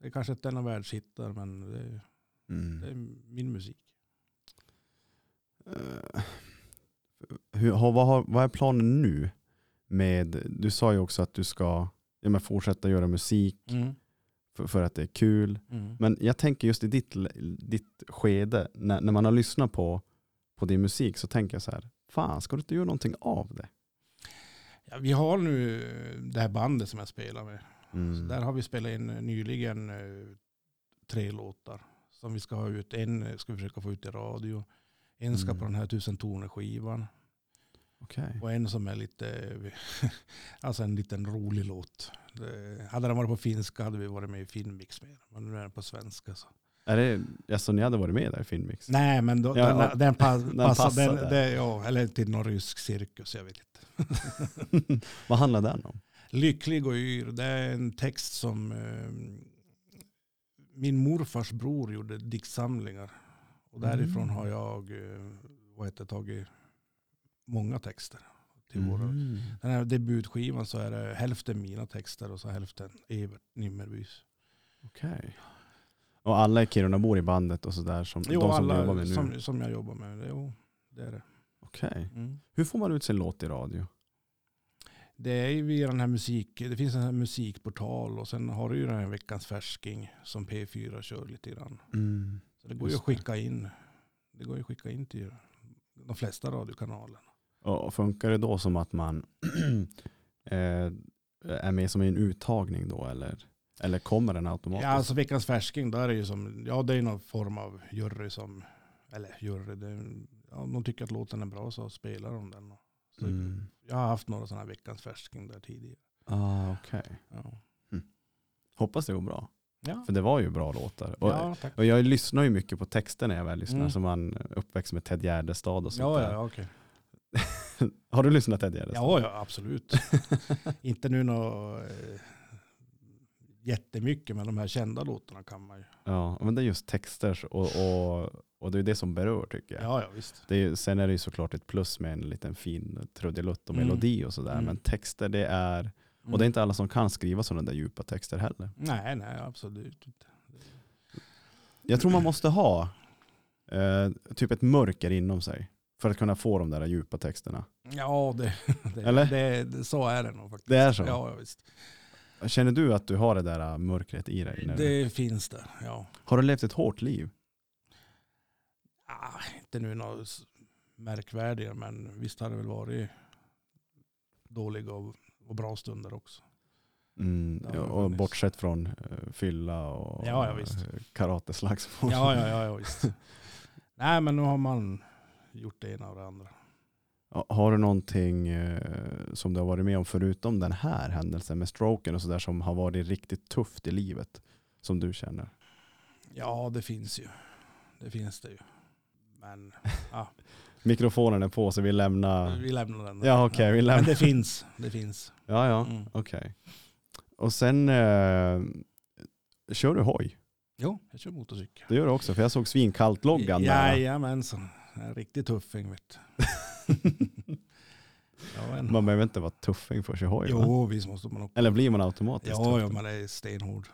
[SPEAKER 3] Det är kanske inte en av världshittar, men det är,
[SPEAKER 1] Mm.
[SPEAKER 3] det är min musik.
[SPEAKER 1] Eh, hur, har, vad, har, vad är planen nu? Med, du sa ju också att du ska ja, men fortsätta göra musik för, för att det är kul. Men jag tänker just i ditt, l- ditt skede, när, när man har lyssnat på, på din musik så tänker jag så här, fan ska du inte göra någonting av det?
[SPEAKER 3] Ja, vi har nu eh, det här bandet som jag spelar med.
[SPEAKER 1] Mm.
[SPEAKER 3] Så där har vi spelat in eh, nyligen eh, tre låtar som vi ska ha ut. En eh, ska vi försöka få ut i radio. En ska
[SPEAKER 1] Mm.
[SPEAKER 3] på den här tusen toner skivan.
[SPEAKER 1] Okej.
[SPEAKER 3] Och en som är lite, [laughs] alltså en liten rolig låt. Det, hade den varit på finska hade vi varit med i Finmix mer. Men nu är den på svenska. Så.
[SPEAKER 1] Är det, alltså ni hade varit med där i Finnmix?
[SPEAKER 3] Nej men då,
[SPEAKER 1] Ja,
[SPEAKER 3] den,
[SPEAKER 1] ja.
[SPEAKER 3] den, pass,
[SPEAKER 1] Den
[SPEAKER 3] passar,
[SPEAKER 1] passar
[SPEAKER 3] den,
[SPEAKER 1] där.
[SPEAKER 3] det, ja, eller till någon rysk cirkus, jag vet inte.
[SPEAKER 1] [laughs] Vad handlar den om?
[SPEAKER 3] Lycklig och yr, det är en text som eh, min morfars bror gjorde diktsamlingar. Och därifrån
[SPEAKER 1] Mm.
[SPEAKER 3] har jag eh, vad heter, det, tagit många texter. Till våra.
[SPEAKER 1] Mm.
[SPEAKER 3] Den här debutskivan så är det hälften mina texter och så hälften Evert Nimmerbys.
[SPEAKER 1] Okej. Och alla i Kiruna bor i bandet och sådär som de
[SPEAKER 3] Jo,
[SPEAKER 1] som
[SPEAKER 3] alla
[SPEAKER 1] du jobbar med nu?
[SPEAKER 3] Som, som jag jobbar med. Jo, det är det.
[SPEAKER 1] Okej.
[SPEAKER 3] Mm.
[SPEAKER 1] Hur får man ut sin låt i radio?
[SPEAKER 3] Det är ju via den här musik, det finns en här musikportal och sen har du ju den här veckans färsking som P4 kör lite grann. Så det går ju
[SPEAKER 1] Just
[SPEAKER 3] att skicka in. Det går ju att skicka in till de flesta radiokanalerna.
[SPEAKER 1] Och funkar det då som att man [clears throat] eh, är med som i en uttagning då eller, eller kommer den automatiskt?
[SPEAKER 3] Ja, alltså veckans färsking, där är ju som, ja det är någon form av jury som, eller jury, det, är- ja, om de tycker att låten är bra så spelar de den. Så
[SPEAKER 1] Mm.
[SPEAKER 3] Jag har haft några sådana här veckans färsking där tidigare.
[SPEAKER 1] Ah, okej.
[SPEAKER 3] Ja,
[SPEAKER 1] Hoppas det går bra.
[SPEAKER 3] ja.
[SPEAKER 1] För det var ju bra låtar. Och,
[SPEAKER 3] ja tack.
[SPEAKER 1] och jag lyssnar ju mycket på texter när jag väl lyssnar.
[SPEAKER 3] Mm.
[SPEAKER 1] Som man eh, uppväxt med Ted Gärdestad och sånt
[SPEAKER 3] Ja,
[SPEAKER 1] där.
[SPEAKER 3] ja, okej.
[SPEAKER 1] [laughs] Har du lyssnat Ted Gärdestad?
[SPEAKER 3] ja,
[SPEAKER 1] [laughs]
[SPEAKER 3] ja, absolut. Inte nu något eh, jättemycket, men de här kända låtarna kan man ju.
[SPEAKER 1] Ja, men det är just texter så- och, och, och det är det som berör tycker jag.
[SPEAKER 3] Ja, ja, visst.
[SPEAKER 1] Det är, ju- sen är det ju såklart ett plus med en liten fin trudelutt och
[SPEAKER 3] Mm.
[SPEAKER 1] melodi och sådär.
[SPEAKER 3] Mm.
[SPEAKER 1] Men texter det är,
[SPEAKER 3] Mm.
[SPEAKER 1] och det är inte alla som kan skriva sådana där djupa texter heller.
[SPEAKER 3] Nej, nej, absolut inte.
[SPEAKER 1] Jag tror man måste ha eh, typ ett mörker inom sig för att kunna få de där djupa texterna.
[SPEAKER 3] Ja, det, [laughs] det,
[SPEAKER 1] Eller?
[SPEAKER 3] Det, det, så är det nog faktiskt.
[SPEAKER 1] Det är så?
[SPEAKER 3] Ja, ja, visst.
[SPEAKER 1] Känner du att du har det där eh, mörkret i dig? När du,
[SPEAKER 3] Det finns det, ja.
[SPEAKER 1] har du levt ett hårt liv?
[SPEAKER 3] Ah, inte nu något s- märkvärdiga, men visst har det väl varit dåliga och, och bra stunder också.
[SPEAKER 1] Mm,
[SPEAKER 3] Ja,
[SPEAKER 1] och
[SPEAKER 3] visst.
[SPEAKER 1] bortsett från eh, fylla och
[SPEAKER 3] Ja, ja, visst.
[SPEAKER 1] eh, karateslagsmål. [laughs]
[SPEAKER 3] Ja, ja, [laughs] ja, ja visst. Nej, men nu har man gjort det ena och det andra.
[SPEAKER 1] Ja, Har du någonting eh, som du har varit med om förutom den här händelsen med stroken och sådär som har varit riktigt tufft i livet som du känner?
[SPEAKER 3] Ja, det finns ju. Det finns det ju. Men
[SPEAKER 1] Mikrofonen är på så vi lämnar.
[SPEAKER 3] vi lämnar den. där.
[SPEAKER 1] Ja okej, vi
[SPEAKER 3] Men
[SPEAKER 1] lämnar.
[SPEAKER 3] det finns. Det finns.
[SPEAKER 1] Ja ja,
[SPEAKER 3] Mm.
[SPEAKER 1] okej. Och sen eh, kör du hoj?
[SPEAKER 3] Jo, jag kör motorcykel.
[SPEAKER 1] Det gör du också för jag såg svinkallt-loggan där.
[SPEAKER 3] Jajamensan. Jag är En riktig tuffing vet du.
[SPEAKER 1] [laughs]
[SPEAKER 3] Ja, en-
[SPEAKER 1] Man behöver inte vara tuffing för att köra hoj va?
[SPEAKER 3] Jo, visst måste man också.
[SPEAKER 1] Eller blir man automatiskt
[SPEAKER 3] Ja, ja,
[SPEAKER 1] tuffing?
[SPEAKER 3] man
[SPEAKER 1] [laughs]
[SPEAKER 3] är stenhård.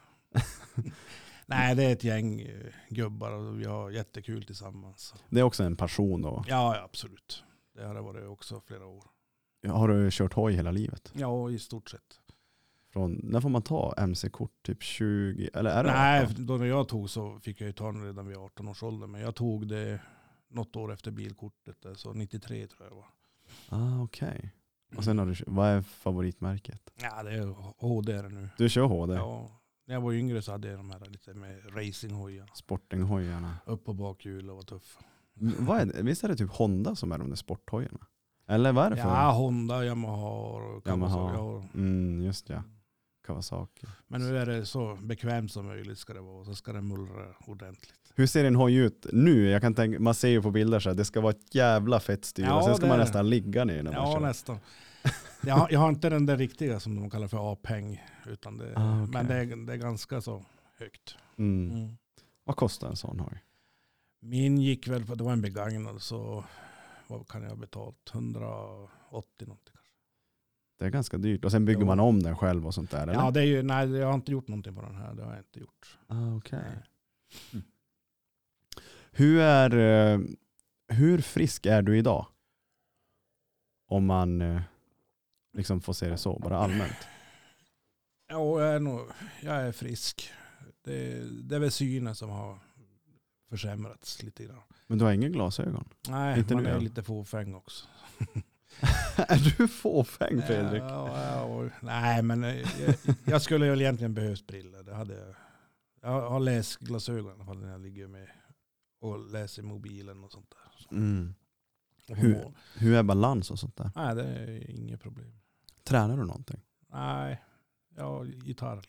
[SPEAKER 3] Nej, det är ett gäng eh, gubbar och vi har jättekul tillsammans.
[SPEAKER 1] Det är också en passion då.
[SPEAKER 3] Ja, ja, absolut. Det har det varit också flera år.
[SPEAKER 1] Har du kört hoj hela livet?
[SPEAKER 3] Ja, i stort sett.
[SPEAKER 1] Från, när får man ta mc-kort? Typ 20? Eller är det
[SPEAKER 3] Nej,
[SPEAKER 1] 18?
[SPEAKER 3] då när jag tog så fick jag ju ta den redan vid 18 års ålder. Men jag tog det något år efter bilkortet, där, så 93 tror jag det var.
[SPEAKER 1] Ah, okej. Och sen har du, vad är favoritmärket?
[SPEAKER 3] Ja, det är HD är det nu.
[SPEAKER 1] Du kör HD,
[SPEAKER 3] Ja, när jag var yngre så hade jag de här lite med racinghojarna.
[SPEAKER 1] sportinghojarna.
[SPEAKER 3] Upp på bakhjul och var tuff.
[SPEAKER 1] M- Vad är det? Visst är det typ Honda som är de där sporthojarna? Eller vad är det för?
[SPEAKER 3] Ja, Honda, Yamaha och
[SPEAKER 1] Yamaha.
[SPEAKER 3] Kawasaki. Ja,
[SPEAKER 1] Mm, just ja, Kawasaki.
[SPEAKER 3] Men nu är det så bekvämt som möjligt ska det vara. och Så ska det mullra ordentligt.
[SPEAKER 1] Hur ser en hoj ut nu? Jag kan tänka, man ser ju på bilder så här, det ska vara ett jävla fett styre,
[SPEAKER 3] Ja,
[SPEAKER 1] sen ska
[SPEAKER 3] det
[SPEAKER 1] man
[SPEAKER 3] är det.
[SPEAKER 1] nästan ligga ner när man
[SPEAKER 3] Ja,
[SPEAKER 1] kör.
[SPEAKER 3] nästan. Jag, har- jag har inte den där riktiga som de kallar för A-peng. Utan det,
[SPEAKER 1] Ah, okej.
[SPEAKER 3] Men det är, det är ganska så högt.
[SPEAKER 1] Mm. Vad kostar en sån hoj?
[SPEAKER 3] Min gick väl, på- det var en begagnad, så vad kan jag ha betalt? 180 någonting. kanske.
[SPEAKER 1] Det är ganska dyrt och sen bygger
[SPEAKER 3] Jo.
[SPEAKER 1] man om den själv och sånt där eller?
[SPEAKER 3] Ja, det är ju, nej, jag har inte gjort någonting på den här. Det har jag inte gjort.
[SPEAKER 1] Ah, okej.
[SPEAKER 3] Nej.
[SPEAKER 1] Mm. Hur, är, eh, hur frisk är du idag? Om man eh, liksom får se det så, bara allmänt.
[SPEAKER 3] Ja, och jag är, nog, jag är frisk. Det, det är väl synen som har försämrats lite grann.
[SPEAKER 1] Men du har inga glasögon?
[SPEAKER 3] Nej,
[SPEAKER 1] Inte
[SPEAKER 3] man
[SPEAKER 1] nu,
[SPEAKER 3] är
[SPEAKER 1] ja.
[SPEAKER 3] lite fåfäng också.
[SPEAKER 1] [laughs] är du fåfäng Fredrik?
[SPEAKER 3] Eh, Ja, ja, och- nej, men eh, jag, jag skulle väl egentligen behövt briller. Det hade jag. Jag har läsglasögon i alla fall när jag ligger med och läser i mobilen och sånt där.
[SPEAKER 1] Mm.
[SPEAKER 3] Och
[SPEAKER 1] Hur?
[SPEAKER 3] mår.
[SPEAKER 1] Hur är balans och sånt där?
[SPEAKER 3] Nej, det är inget problem.
[SPEAKER 1] Tränar du någonting?
[SPEAKER 3] Nej, jag har gitarr lite.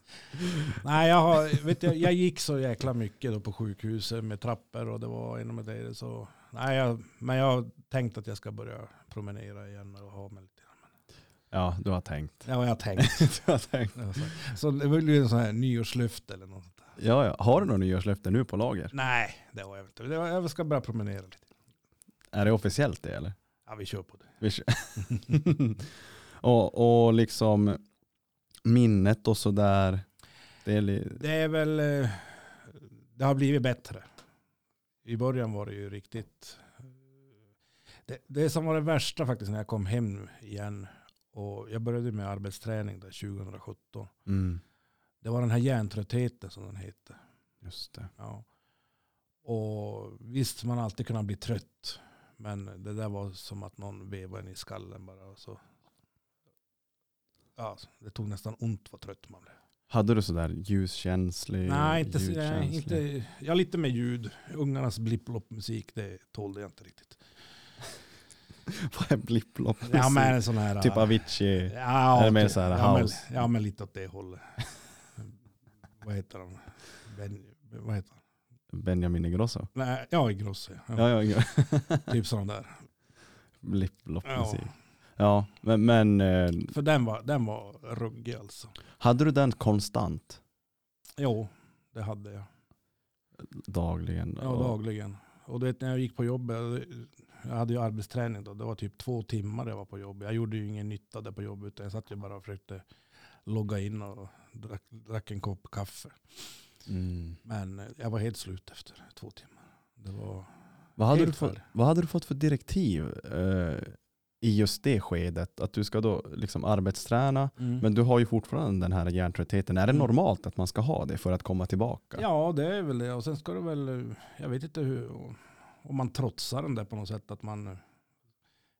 [SPEAKER 3] [laughs] Nej, jag, har, vet jag, jag gick så jäkla mycket då på sjukhuset med trappor och det var inom ett det så. Nej, jag, men jag har tänkt att jag ska börja promenera igen och ha mig lite.
[SPEAKER 1] Ja, du har tänkt.
[SPEAKER 3] Ja, jag har tänkt.
[SPEAKER 1] [laughs] du har tänkt.
[SPEAKER 3] Alltså. Så det var ju en sån här nyårslyft eller något sånt där.
[SPEAKER 1] Ja, ja. Har du några nyårslöften nu på lager?
[SPEAKER 3] Nej, det har jag inte. Det var, jag ska börja promenera lite.
[SPEAKER 1] Är det officiellt det eller? [laughs]
[SPEAKER 3] Ja, vi kör på det.
[SPEAKER 1] Vi kö- och, och liksom minnet och sådär. Det är li-
[SPEAKER 3] Det är väl, eh, det har blivit bättre. I början var det ju riktigt. eh, Det, det som var det värsta faktiskt när jag kom hem igen och jag började med arbetsträning där 2017.
[SPEAKER 1] mm.
[SPEAKER 3] Det var den här hjärntröttheten som den hette.
[SPEAKER 1] Just det.
[SPEAKER 3] Ja. Och visst, man har alltid kunnat bli trött. Men det där var som att någon vevade en i skallen bara. Och så. Ja, det tog nästan ont vad trött man blev.
[SPEAKER 1] Hade du sådär ljuskänslig?
[SPEAKER 3] Nej, inte, så- nej,
[SPEAKER 1] ljudkänslig? [laughs]
[SPEAKER 3] inte, ja, lite med ljud. Ungarnas blipploppmusik, det tålde jag inte riktigt.
[SPEAKER 1] Vad är blipplopp?
[SPEAKER 3] Ja, men en sån här...
[SPEAKER 1] Typ Avicii.
[SPEAKER 3] ja,
[SPEAKER 1] är det mer
[SPEAKER 3] typ-
[SPEAKER 1] så här
[SPEAKER 3] ja, men,
[SPEAKER 1] house?
[SPEAKER 3] ja, men lite åt det
[SPEAKER 1] [laughs]
[SPEAKER 3] hållet. vad heter de? Ben, vad heter han?
[SPEAKER 1] Benjamin Ingrosso.
[SPEAKER 3] Nej, ja, Ingrosso. Ja,
[SPEAKER 1] Ja, ja, ja. [laughs]
[SPEAKER 3] Typ sån där.
[SPEAKER 1] Blipploppmusik. Ja. men, men eh,
[SPEAKER 3] För den var, den var ruggig alltså.
[SPEAKER 1] hade du den konstant?
[SPEAKER 3] Jo, det hade jag.
[SPEAKER 1] Dagligen?
[SPEAKER 3] Ja,
[SPEAKER 1] och-
[SPEAKER 3] dagligen. Och du vet när jag gick på jobbet, jag hade ju arbetsträning då, det var typ två timmar jag var på jobbet. Jag gjorde ju ingen nytta där på jobbet, utan jag satt ju bara och försökte logga in och drack, drack en kopp kaffe.
[SPEAKER 1] Mm.
[SPEAKER 3] Men eh, jag var helt slut efter två timmar. Det var,
[SPEAKER 1] Vad, hade du
[SPEAKER 3] Helt
[SPEAKER 1] fått,
[SPEAKER 3] färdig.
[SPEAKER 1] vad hade du fått för direktiv eh, i just det skedet? Att du ska då liksom arbetsträna, men du har ju fortfarande den här hjärntröttheten. Är det
[SPEAKER 3] Mm.
[SPEAKER 1] normalt att man ska ha det för att komma tillbaka?
[SPEAKER 3] Ja, det är väl det. Och sen ska det väl, eh, jag vet inte hur, om man trotsar den där på något sätt att man, eh,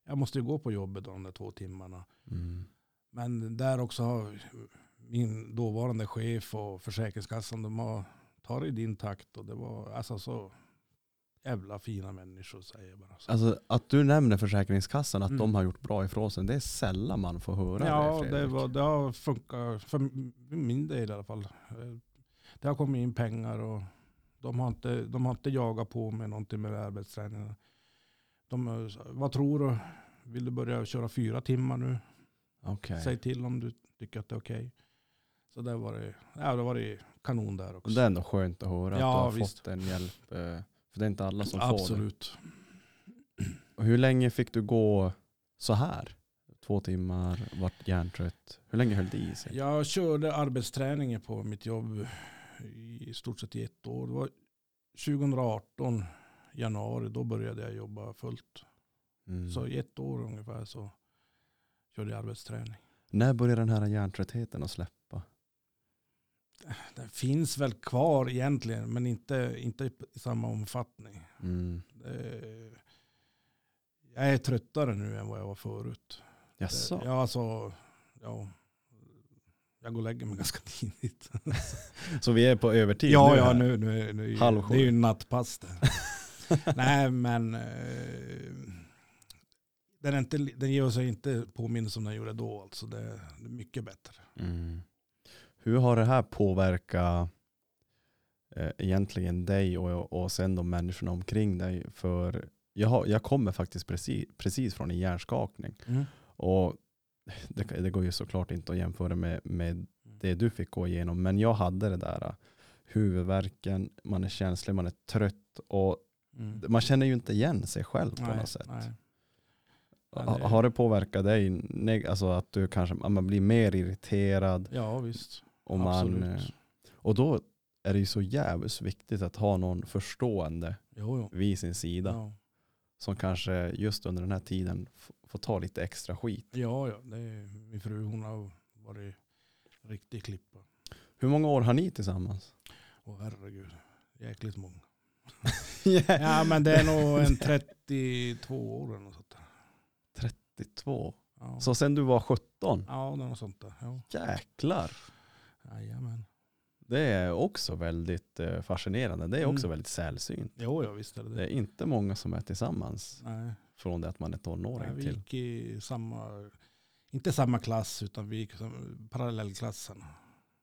[SPEAKER 3] jag måste ju gå på jobbet då, de där två timmarna.
[SPEAKER 1] Mm.
[SPEAKER 3] Men där också har min dåvarande chef och Försäkringskassan, de har tar det i din takt och det var alltså så jävla fina människor säger jag bara. Så.
[SPEAKER 1] Alltså att du nämner Försäkringskassan, att
[SPEAKER 3] Mm.
[SPEAKER 1] de har gjort bra ifrån sig, det är sällan man får höra det.
[SPEAKER 3] Ja,
[SPEAKER 1] Fredrik.
[SPEAKER 3] det, var, det har funkat för min del i alla fall. Det har kommit in pengar och de har inte, de har inte jagat på med någonting med arbetsträningen. De, eh, sa, vad tror du? Vill du börja köra fyra timmar nu?
[SPEAKER 1] Okej.
[SPEAKER 3] Säg till om du tycker att det är okej. Så där var det, ja, det var det kanon där också.
[SPEAKER 1] Det är ändå skönt att höra
[SPEAKER 3] Ja,
[SPEAKER 1] att du har
[SPEAKER 3] visst.
[SPEAKER 1] fått en hjälp. eh, För det är inte alla som får det.
[SPEAKER 3] Absolut.
[SPEAKER 1] Och hur länge fick du gå så här? Två timmar, vart hjärntrött. Hur länge höll det i sig?
[SPEAKER 3] Jag körde arbetsträningen på mitt jobb i stort sett i ett år. Det var 2018 januari, då började jag jobba fullt.
[SPEAKER 1] Mm.
[SPEAKER 3] Så i ett år ungefär så körde jag arbetsträning.
[SPEAKER 1] När börjar den här hjärntröttheten att släppa?
[SPEAKER 3] Den finns väl kvar egentligen, men inte, inte i samma omfattning.
[SPEAKER 1] Mm.
[SPEAKER 3] Eh, Det- Jag är tröttare nu än vad jag var förut.
[SPEAKER 1] Jaså?
[SPEAKER 3] Ja, alltså, ja, jag går och lägger mig ganska [laughs] tidigt.
[SPEAKER 1] Så vi är på övertid
[SPEAKER 3] ja,
[SPEAKER 1] nu?
[SPEAKER 3] ja,
[SPEAKER 1] här?
[SPEAKER 3] nu, nu, nu
[SPEAKER 1] Halv
[SPEAKER 3] det är
[SPEAKER 1] sju.
[SPEAKER 3] ju
[SPEAKER 1] [laughs]
[SPEAKER 3] nattpass det. Nej, men eh, den, är inte, den ger sig inte påminnelse som den gjorde då. Alltså det är mycket bättre.
[SPEAKER 1] Mm. Hur har det här påverkat eh, egentligen dig och, och sen de människorna omkring dig? För jag, har, jag kommer faktiskt precis, precis från en hjärnskakning och det, det går ju såklart inte att jämföra med, med det du fick gå igenom, men jag hade det där eh, huvudvärken, man är känslig, man är trött och
[SPEAKER 3] Mm.
[SPEAKER 1] man känner ju inte igen sig själv på
[SPEAKER 3] Nej,
[SPEAKER 1] något sätt.
[SPEAKER 3] nej. Ja,
[SPEAKER 1] Ha-
[SPEAKER 3] det-
[SPEAKER 1] Har det påverkat dig? neg- Alltså att du kanske att man blir mer irriterad?
[SPEAKER 3] Ja, visst.
[SPEAKER 1] Och, man, eh,
[SPEAKER 3] Absolut.
[SPEAKER 1] och då är det ju så jävligt viktigt att ha någon förstående
[SPEAKER 3] Jo, jo.
[SPEAKER 1] vid sin sida
[SPEAKER 3] Ja,
[SPEAKER 1] som kanske just under den här tiden f- får ta lite extra skit.
[SPEAKER 3] ja, ja det är, min fru hon har varit riktig klippa.
[SPEAKER 1] Hur många år har ni
[SPEAKER 3] [laughs]
[SPEAKER 1] tillsammans?
[SPEAKER 3] Åh herregud, jäkligt många. Ja, men det är nog en 32 år eller något sånt.
[SPEAKER 1] 82.
[SPEAKER 3] Ja,
[SPEAKER 1] Så sen du var 17?
[SPEAKER 3] ja det är något sånt där. Ja.
[SPEAKER 1] Jäklar.
[SPEAKER 3] Jajamän.
[SPEAKER 1] Det är också väldigt eh, fascinerande. Det är också
[SPEAKER 3] Mm.
[SPEAKER 1] väldigt sällsynt.
[SPEAKER 3] Jo, ja, visst är det det.
[SPEAKER 1] Det är inte många som är tillsammans
[SPEAKER 3] Nej,
[SPEAKER 1] från det att man är
[SPEAKER 3] nej,
[SPEAKER 1] tonåring
[SPEAKER 3] vi
[SPEAKER 1] till.
[SPEAKER 3] gick i samma, inte samma klass utan vi gick som parallellklassen.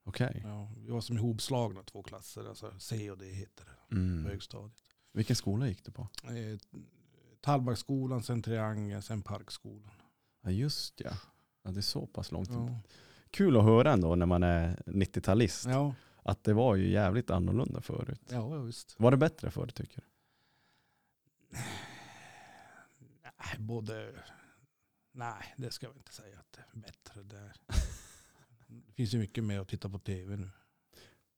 [SPEAKER 1] Okej.
[SPEAKER 3] Ja, vi var som ihopslagna två klasser, alltså C och D heter det på
[SPEAKER 1] Mm.
[SPEAKER 3] högstadiet.
[SPEAKER 1] Vilken skola gick du på?
[SPEAKER 3] Eh, Tallbackskolan, sen Triangeln, sen Parkskolan.
[SPEAKER 1] Ja just ja. ja det är så pass långt.
[SPEAKER 3] Ja.
[SPEAKER 1] Kul att höra ändå när man är 90-talist.
[SPEAKER 3] Ja,
[SPEAKER 1] Att det var ju jävligt annorlunda förut.
[SPEAKER 3] ja, ja visst.
[SPEAKER 1] Var det bättre förr tycker du?
[SPEAKER 3] Eh, Nej, både... Nej, det ska vi inte säga att det är bättre. Det, [laughs] är- det finns ju mycket mer att titta på tv nu.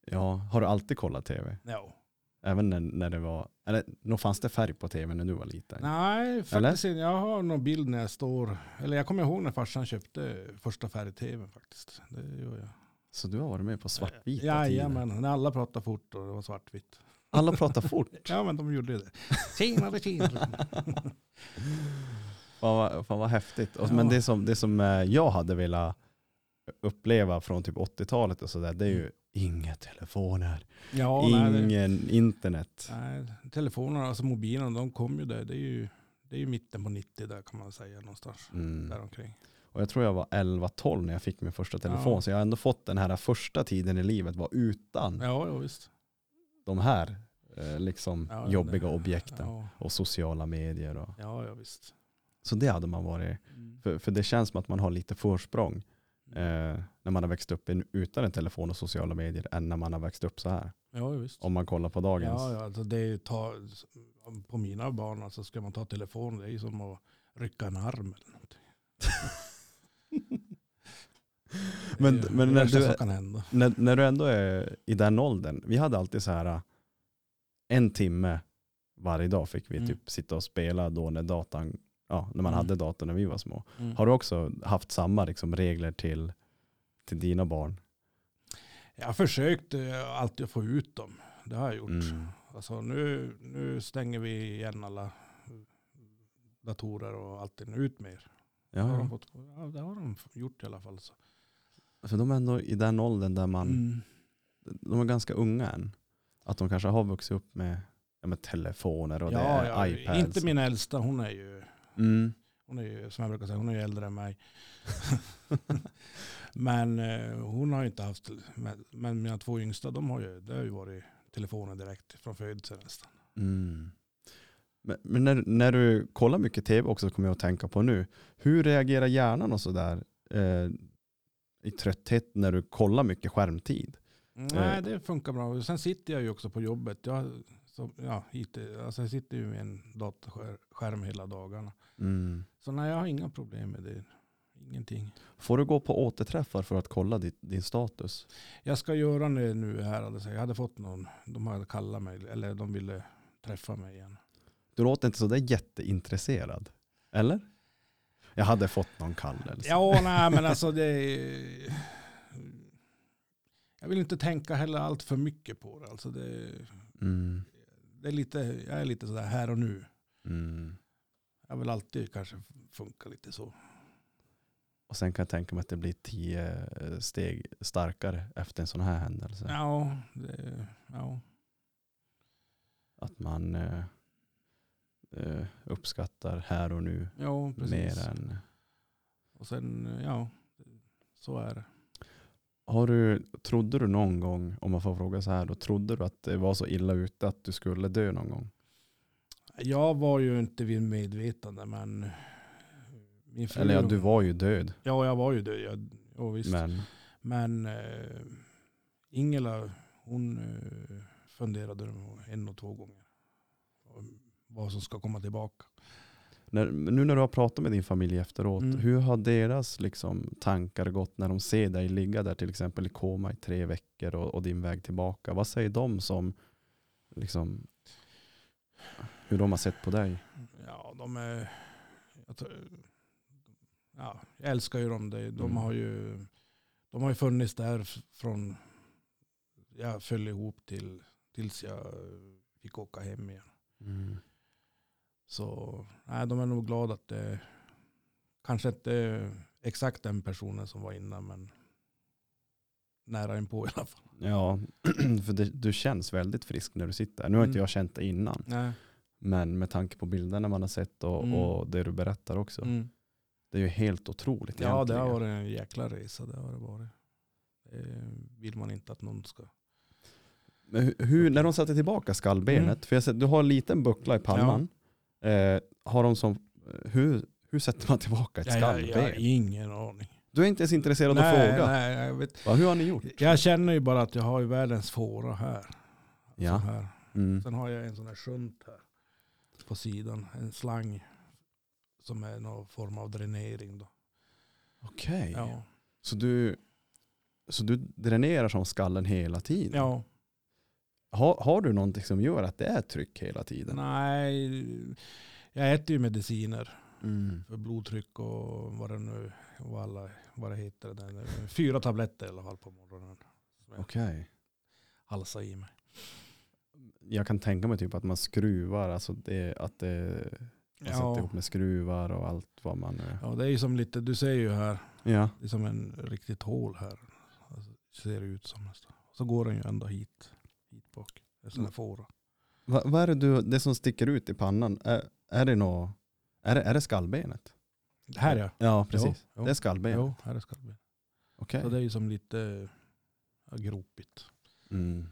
[SPEAKER 1] Ja, har du alltid kollat tv?
[SPEAKER 3] Ja.
[SPEAKER 1] Även när, när det var, eller nog fanns det färg på tv när du var liten?
[SPEAKER 3] Nej, faktiskt inte. Jag har någon bild när jag står... Eller jag kommer ihåg när farsan köpte första färg-tvn faktiskt. Det gör jag.
[SPEAKER 1] Så du har varit med på svartvita tider?
[SPEAKER 3] Jajamän, när alla pratade fort och det var svartvitt.
[SPEAKER 1] [laughs] Alla [laughs] pratar fort.
[SPEAKER 3] Ja, men de gjorde det. Tjenare, tjenare.
[SPEAKER 1] Fan vad, fan vad häftigt. Och,
[SPEAKER 3] Ja.
[SPEAKER 1] Men det som, det som eh, jag hade velat uppleva från typ 80-talet och sådär, det är ju inga telefoner,
[SPEAKER 3] [laughs] Ja, nej, det-
[SPEAKER 1] ingen internet.
[SPEAKER 3] Nej, telefonerna, alltså mobilerna, de kom ju där. Det är ju, det är ju mitten på 90 där kan man säga någonstans.
[SPEAKER 1] Mm.
[SPEAKER 3] Däromkring.
[SPEAKER 1] Och jag tror jag var 11-12 när jag fick min första telefon,
[SPEAKER 3] Ja.
[SPEAKER 1] så jag har ändå fått den här första tiden i livet var utan
[SPEAKER 3] Ja, ja visst.
[SPEAKER 1] de här eh, liksom
[SPEAKER 3] Ja,
[SPEAKER 1] jobbiga
[SPEAKER 3] det-
[SPEAKER 1] objekten
[SPEAKER 3] Ja,
[SPEAKER 1] och sociala medier. Och.
[SPEAKER 3] ja, ja visst.
[SPEAKER 1] Så det hade man varit,
[SPEAKER 3] Mm.
[SPEAKER 1] för, för det känns som att man har lite försprång eh, när man har växt upp in, utan en telefon och sociala medier än när man har växt upp så här.
[SPEAKER 3] Ja, ja, visst.
[SPEAKER 1] Om man kollar på dagens.
[SPEAKER 3] Ja, ja, alltså det är ju ta, på mina barn, alltså ska man ta telefonen, det är ju som att rycka en arm eller någonting.
[SPEAKER 1] [laughs] Men-
[SPEAKER 3] det är ju
[SPEAKER 1] men
[SPEAKER 3] det
[SPEAKER 1] när
[SPEAKER 3] värsta
[SPEAKER 1] du-
[SPEAKER 3] som kan hända.
[SPEAKER 1] När, när du ändå är i den åldern, vi hade alltid så här eh, en timme varje dag fick vi
[SPEAKER 3] Mm.
[SPEAKER 1] typ sitta och spela då när datan, ja, när man
[SPEAKER 3] Mm.
[SPEAKER 1] hade datorn när vi var små.
[SPEAKER 3] Mm.
[SPEAKER 1] Har du också haft samma liksom, regler till, till dina barn?
[SPEAKER 3] Jag har försökt eh, alltid att få ut dem. Det har jag gjort.
[SPEAKER 1] Mm.
[SPEAKER 3] Alltså nu, nu stänger vi igen alla datorer och allting ut mer. Det har, de
[SPEAKER 1] Ja,
[SPEAKER 3] fått, ja, det har de gjort i alla fall. Så.
[SPEAKER 1] för de är ändå i den åldern där man,
[SPEAKER 3] Mm.
[SPEAKER 1] de är ganska unga än. Att de kanske har vuxit upp med, ja, med telefoner och det
[SPEAKER 3] Ja,
[SPEAKER 1] är
[SPEAKER 3] ja,
[SPEAKER 1] iPads.
[SPEAKER 3] inte min äldsta, hon är ju,
[SPEAKER 1] Mm.
[SPEAKER 3] hon är ju, som jag brukar säga, hon är ju äldre än mig. [laughs] men eh, hon har ju inte haft, men, men mina två yngsta, de har ju, det har ju varit telefonen direkt från födseln nästan.
[SPEAKER 1] Mm. Men, men när, när du kollar mycket tv också kommer jag att tänka på nu, hur reagerar hjärnan och sådär eh, i trötthet när du kollar mycket skärmtid?
[SPEAKER 3] Nej, det funkar bra. Och Sen sitter jag ju också på jobbet. Jag, som, ja, IT, alltså jag sitter ju med en dataskärm hela dagarna.
[SPEAKER 1] Mm.
[SPEAKER 3] Så nej, jag har inga problem med det. Ingenting.
[SPEAKER 1] Får du gå på återträffar för att kolla ditt, din status?
[SPEAKER 3] Jag ska göra det nu här. alltså. Jag hade fått någon. De hade kallat mig. Eller de ville träffa mig igen.
[SPEAKER 1] Du låter inte sådär jätteintresserad, eller? Jag hade fått någon kallelse.
[SPEAKER 3] Ja, nej, men alltså det är... Jag vill inte tänka heller allt för mycket på det. Alltså det,
[SPEAKER 1] Mm.
[SPEAKER 3] det är lite, jag är lite sådär här och nu.
[SPEAKER 1] Mm.
[SPEAKER 3] Jag vill alltid kanske funka lite så.
[SPEAKER 1] Och sen kan jag tänka mig att det blir tio eh, steg starkare efter en sån här händelse.
[SPEAKER 3] Ja, det, ja.
[SPEAKER 1] Att man eh, eh, uppskattar här och nu
[SPEAKER 3] Ja, precis.
[SPEAKER 1] mer än...
[SPEAKER 3] Och sen, ja, så är det.
[SPEAKER 1] Har du, trodde du någon gång, om man får fråga så här, då trodde du att det var så illa ute att du skulle dö någon gång?
[SPEAKER 3] Jag var ju inte vid medvetande, men min fru...
[SPEAKER 1] Eller ja, du var ju död.
[SPEAKER 3] Ja, jag var ju det. Jag, ja, visst. Men,
[SPEAKER 1] Men,
[SPEAKER 3] eh, Ingela, hon eh, funderade nog en och två gånger. om Vad som ska komma tillbaka.
[SPEAKER 1] när, nu när du har pratat med din familj efteråt,
[SPEAKER 3] Mm.
[SPEAKER 1] hur har deras liksom, tankar gått när de ser dig ligga där till exempel i koma i tre veckor och, och din väg tillbaka? Vad säger de som, liksom, hur de har sett på dig?
[SPEAKER 3] Ja, de är... Jag, tror- ja, jag älskar ju dem. De, de,
[SPEAKER 1] Mm.
[SPEAKER 3] har ju, de har ju funnits där f- från jag föll ihop till, tills jag fick åka hem Mm. igen. Så nej, de är nog glada att det Kanske inte exakt den personen som var innan men nära inpå i alla fall.
[SPEAKER 1] Ja, [clears throat] för det, du känns väldigt frisk när du sitter. Nu har inte
[SPEAKER 3] Mm.
[SPEAKER 1] jag känt det innan,
[SPEAKER 3] Nej.
[SPEAKER 1] men med tanke på bilderna man har sett och,
[SPEAKER 3] Mm.
[SPEAKER 1] och det du berättar också.
[SPEAKER 3] Mm.
[SPEAKER 1] Det är ju helt otroligt
[SPEAKER 3] Ja det
[SPEAKER 1] egentligen.
[SPEAKER 3] har varit en jäkla resa. Det har det varit. Det vill man inte att någon ska.
[SPEAKER 1] Men hu- hur, när de satte tillbaka skallbenet,
[SPEAKER 3] Mm.
[SPEAKER 1] för jag ser, du har en liten buckla i pannan. Eh, har de som, eh, hur, hur sätter man tillbaka ett
[SPEAKER 3] Jag, jag,
[SPEAKER 1] skallben?
[SPEAKER 3] jag har ingen aning.
[SPEAKER 1] Du är inte ens intresserad av att
[SPEAKER 3] nej,
[SPEAKER 1] fråga.
[SPEAKER 3] nej, jag, vet.
[SPEAKER 1] Va, hur har ni gjort?
[SPEAKER 3] jag känner ju bara att jag har ju världens fåra här.
[SPEAKER 1] Ja.
[SPEAKER 3] Så här.
[SPEAKER 1] Mm.
[SPEAKER 3] Sen har jag en sån här shunt här på sidan. En slang som är någon form av dränering. Då.
[SPEAKER 1] Okej,
[SPEAKER 3] Ja.
[SPEAKER 1] så, du, så du dränerar som skallen hela tiden?
[SPEAKER 3] ja,
[SPEAKER 1] Har, har du någonting som gör att det är tryck hela tiden?
[SPEAKER 3] nej. Jag äter ju mediciner
[SPEAKER 1] Mm.
[SPEAKER 3] för blodtryck och vad det nu vad alla, vad det heter. Det där. Fyra tabletter i alla fall på morgonen. Som jag
[SPEAKER 1] Okej.
[SPEAKER 3] halsar i mig.
[SPEAKER 1] Jag kan tänka mig typ att man skruvar, alltså det, att det man sätter
[SPEAKER 3] Ja.
[SPEAKER 1] ihop med skruvar och allt vad man nu...
[SPEAKER 3] ja, det är ju som lite, du ser ju här,
[SPEAKER 1] Ja.
[SPEAKER 3] det är som en riktigt hål här. Alltså, ser det ut som nästan. Så går den ju ända hit, hit bak. Det är sån här fåra.
[SPEAKER 1] Va, vad är det, du, det som sticker ut i pannan? Är, är, det, nå, är, det, är det skallbenet?
[SPEAKER 3] Här ja.
[SPEAKER 1] Ja, precis.
[SPEAKER 3] Jo,
[SPEAKER 1] Det är
[SPEAKER 3] jo,
[SPEAKER 1] skallbenet.
[SPEAKER 3] jo, här är skallbenet.
[SPEAKER 1] Okej.
[SPEAKER 3] Så det är ju som lite ja, gropigt.
[SPEAKER 1] Mm.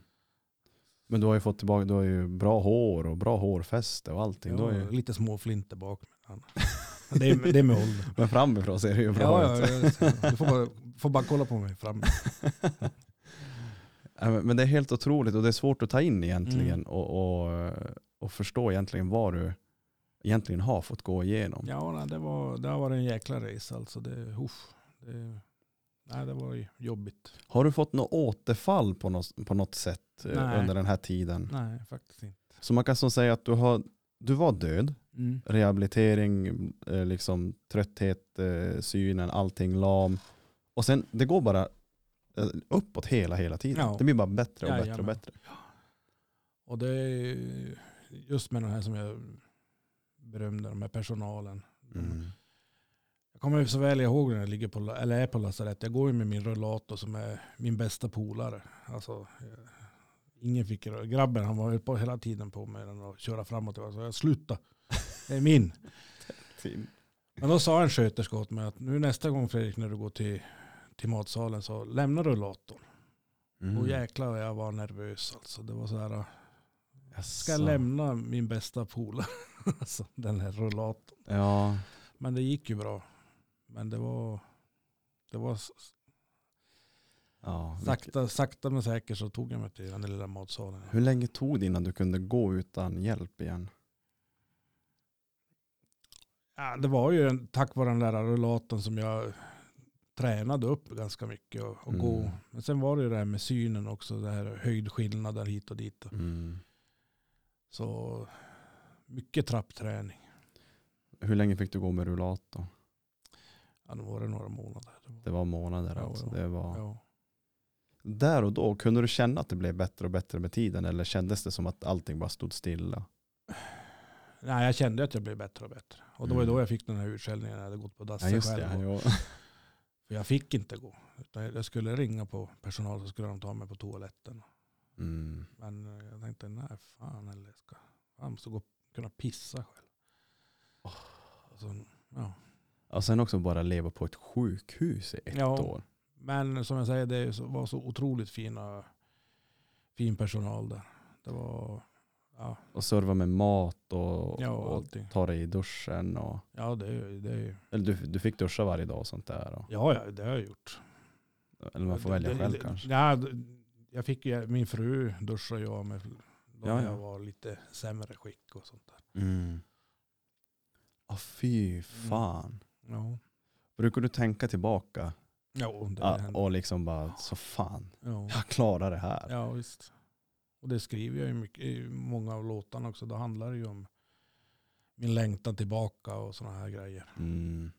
[SPEAKER 1] Men du har ju fått tillbaka, du har ju bra hår och bra hårfäste och allting. Du
[SPEAKER 3] Ja,
[SPEAKER 1] har ju,
[SPEAKER 3] Lite småflinter bak. Men annars- [laughs] det, är, det är med åldern.
[SPEAKER 1] men framifrån ser det ju bra
[SPEAKER 3] Ja, ja,
[SPEAKER 1] [laughs] ut.
[SPEAKER 3] ja, du får [laughs] bara, får bara kolla på mig fram.
[SPEAKER 1] Nej, men- Men det är helt otroligt och det är svårt att ta in egentligen
[SPEAKER 3] Mm.
[SPEAKER 1] och, och, och förstå egentligen vad du egentligen har fått gå igenom.
[SPEAKER 3] Ja, nej, det, var, det har varit en jäkla race alltså. Det, uff, det, nej, det var ju jobbigt.
[SPEAKER 1] Har du fått något återfall på något, på något sätt eh,
[SPEAKER 3] Nej.
[SPEAKER 1] under den här tiden?
[SPEAKER 3] Nej, faktiskt inte.
[SPEAKER 1] Så man kan så säga att du, har, du var död,
[SPEAKER 3] Mm.
[SPEAKER 1] rehabilitering, eh, liksom, trötthet, eh, synen, allting lam. Och sen det går bara eh, uppåt hela, hela tiden.
[SPEAKER 3] Ja.
[SPEAKER 1] Det blir bara bättre och bättre och
[SPEAKER 3] Jajamän.
[SPEAKER 1] bättre.
[SPEAKER 3] Och det är just med den här som jag berömde, de här personalen.
[SPEAKER 1] Mm.
[SPEAKER 3] Jag kommer så väl ihåg när jag ligger på, eller är på lasarett. Jag går ju med min rullator som är min bästa polare. Alltså, eh, ingen fick röra. Grabben han var ju på hela tiden på med den och köra fram och tillbaka. Så jag sluta, det är min. Men då sa en sköterska åt mig att nu nästa gång Fredrik när du går till, till matsalen så lämna rullatorn. Och
[SPEAKER 1] Mm.
[SPEAKER 3] jäklar vad jag var nervös alltså. Det var så här, ska jag
[SPEAKER 1] Jaså.
[SPEAKER 3] lämna min bästa polare? [laughs] alltså den här rullatorn.
[SPEAKER 1] Ja.
[SPEAKER 3] Men det gick ju bra. Men det var, det var s-
[SPEAKER 1] ja. vilket-
[SPEAKER 3] sakta, sakta men säkert så tog jag mig till den där lilla matsalen.
[SPEAKER 1] Hur länge tog det innan du kunde gå utan hjälp igen?
[SPEAKER 3] Ja, det var ju en, tack vare den där rullatorn som jag tränade upp ganska mycket och, och gå.
[SPEAKER 1] Mm.
[SPEAKER 3] Men sen var det ju det här med synen också, det här höjdskillnader hit och dit.
[SPEAKER 1] Mm.
[SPEAKER 3] Så mycket trappträning.
[SPEAKER 1] Hur länge fick du gå med rullator?
[SPEAKER 3] Ja, det var det några månader. Det var,
[SPEAKER 1] Det var månader
[SPEAKER 3] Ja,
[SPEAKER 1] alltså.
[SPEAKER 3] ja.
[SPEAKER 1] Det var...
[SPEAKER 3] ja.
[SPEAKER 1] Där och då, kunde du känna att det blev bättre och bättre med tiden eller kändes det som att allting bara stod stilla?
[SPEAKER 3] Nej, jag kände att jag blev bättre och bättre. Och då var
[SPEAKER 1] Mm.
[SPEAKER 3] då jag fick den här utskällningen när jag hade gått på
[SPEAKER 1] Ja
[SPEAKER 3] dasset
[SPEAKER 1] just
[SPEAKER 3] själv.
[SPEAKER 1] det,
[SPEAKER 3] och-
[SPEAKER 1] jo.
[SPEAKER 3] För jag fick inte gå. Utan jag skulle ringa på personal så skulle de ta mig på toaletten.
[SPEAKER 1] [laughs] Mm.
[SPEAKER 3] Men eh, jag tänkte, nej fan eller jag ska, jag måste gå, kunna pissa själv. Alltså, Och så, ja.
[SPEAKER 1] Och sen också bara leva på ett sjukhus i ett
[SPEAKER 3] Ja.
[SPEAKER 1] år.
[SPEAKER 3] Men som jag säger, det är ju så- var så otroligt fina, fin personal där. Det var, ja,
[SPEAKER 1] Och serva med mat och,
[SPEAKER 3] ja och
[SPEAKER 1] och
[SPEAKER 3] allting.
[SPEAKER 1] ta dig i duschen. Och,
[SPEAKER 3] Ja, det, är- det, är-
[SPEAKER 1] eller du, du fick duscha varje dag och sånt där. Och,
[SPEAKER 3] ja, ja, det har jag gjort.
[SPEAKER 1] eller man får
[SPEAKER 3] Det-
[SPEAKER 1] välja
[SPEAKER 3] det-
[SPEAKER 1] själv
[SPEAKER 3] det-
[SPEAKER 1] kanske.
[SPEAKER 3] Ja, d- jag fick ju, min fru duschade jag med då
[SPEAKER 1] Ja,
[SPEAKER 3] när
[SPEAKER 1] ja.
[SPEAKER 3] jag var lite sämre skick och sånt där.
[SPEAKER 1] Mm. Ah, fy fan.
[SPEAKER 3] Ja,
[SPEAKER 1] Brukar du tänka tillbaka
[SPEAKER 3] ja det
[SPEAKER 1] ah,
[SPEAKER 3] hände.
[SPEAKER 1] och liksom bara så fan,
[SPEAKER 3] Ja,
[SPEAKER 1] jag klarar det här.
[SPEAKER 3] ja visst. Och det skriver jag ju mycket, i många av låtarna också. Då handlar det ju om min längtan tillbaka och sådana här grejer.
[SPEAKER 1] Mm.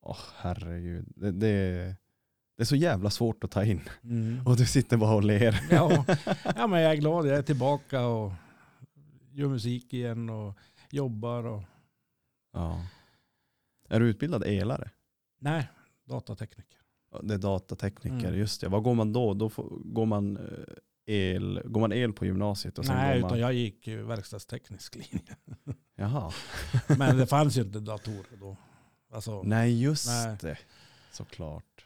[SPEAKER 1] Åh herregud. Det, det, det är så jävla svårt att ta in. Och du sitter bara och ler.
[SPEAKER 3] [laughs] Ja, ja, men jag är glad. Jag är tillbaka och gör musik igen och jobbar. Och,
[SPEAKER 1] Ja. Är du utbildad elare?
[SPEAKER 3] Nej, datatekniker.
[SPEAKER 1] Ja, Det är datatekniker,
[SPEAKER 3] Mm.
[SPEAKER 1] just det. Vad går man då? Då får, går, man eh, el, går man el på gymnasiet? Och sen går
[SPEAKER 3] Nej,
[SPEAKER 1] man,
[SPEAKER 3] utan jag gick ju verkstadsteknisk linje.
[SPEAKER 1] Jaha.
[SPEAKER 3] Men det fanns ju inte datorer då. Alltså,
[SPEAKER 1] Nej, just
[SPEAKER 3] Nej.
[SPEAKER 1] det. Såklart.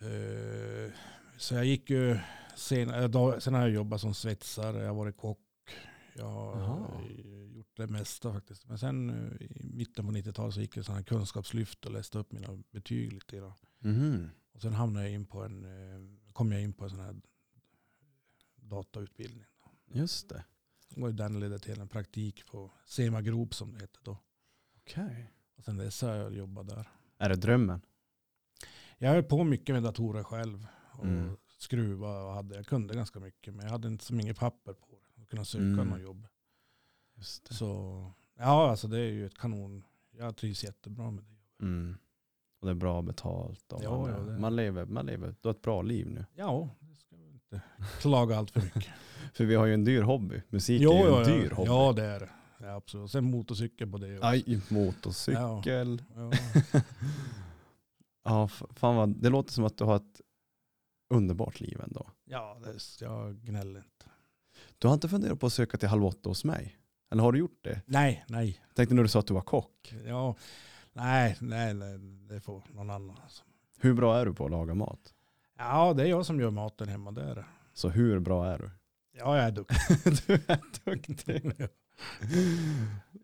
[SPEAKER 3] eh, så jag gick ju sen, eh, då, sen har jag jobbat som svetsare, jag har varit kock. Jag har
[SPEAKER 1] Jaha.
[SPEAKER 3] eh, gjort det mesta faktiskt. Men sen eh, i mitten på 90-talet så gick jag sådana här kunskapslyft och läste upp mina betyg lite grann.
[SPEAKER 1] Mhm.
[SPEAKER 3] Och sen hamnade jag in på en, eh, kom jag in på en sån här datautbildning.
[SPEAKER 1] Just det.
[SPEAKER 3] Och den ledde till en praktik på Sema Group som det hette då.
[SPEAKER 1] Okej.
[SPEAKER 3] Och sen dess har jag jobbat där.
[SPEAKER 1] Är det drömmen?
[SPEAKER 3] Jag höll på mycket med datorer själv. Och
[SPEAKER 1] Mm.
[SPEAKER 3] skruva och hade, jag kunde ganska mycket. Men jag hade inte så mycket papper på det. Att kunna söka
[SPEAKER 1] Mm.
[SPEAKER 3] något jobb.
[SPEAKER 1] Just det.
[SPEAKER 3] Så ja, alltså det är ju ett kanon. Jag trivs jättebra med det.
[SPEAKER 1] Mm. Och det är bra betalt. Och
[SPEAKER 3] Ja,
[SPEAKER 1] man,
[SPEAKER 3] ja, det-
[SPEAKER 1] man, lever, man lever. Du har ett bra liv nu.
[SPEAKER 3] Ja, det ska vi inte [laughs] klaga allt för mycket.
[SPEAKER 1] För vi har ju en dyr hobby. Musik är ju en dyr
[SPEAKER 3] ja.
[SPEAKER 1] hobby.
[SPEAKER 3] ja, det är det. Ja, absolut. Sen motorcykel på det. också.
[SPEAKER 1] Aj, motorcykel.
[SPEAKER 3] Ja. [laughs]
[SPEAKER 1] Ja, f- fan vad, det låter som att du har ett underbart liv ändå.
[SPEAKER 3] Ja, det, är- jag gnäller inte.
[SPEAKER 1] Du har inte funderat på att söka till Halv åtta hos mig? Eller har du gjort det?
[SPEAKER 3] Nej, nej.
[SPEAKER 1] Jag tänkte när du sa att du var kock.
[SPEAKER 3] Ja, nej, nej, nej, det får någon annan. alltså.
[SPEAKER 1] Hur bra är du på att laga mat?
[SPEAKER 3] Ja, det är jag som gör maten hemma. Det är det.
[SPEAKER 1] Så hur bra är du?
[SPEAKER 3] Ja, jag är duktig.
[SPEAKER 1] [laughs] du är duktig.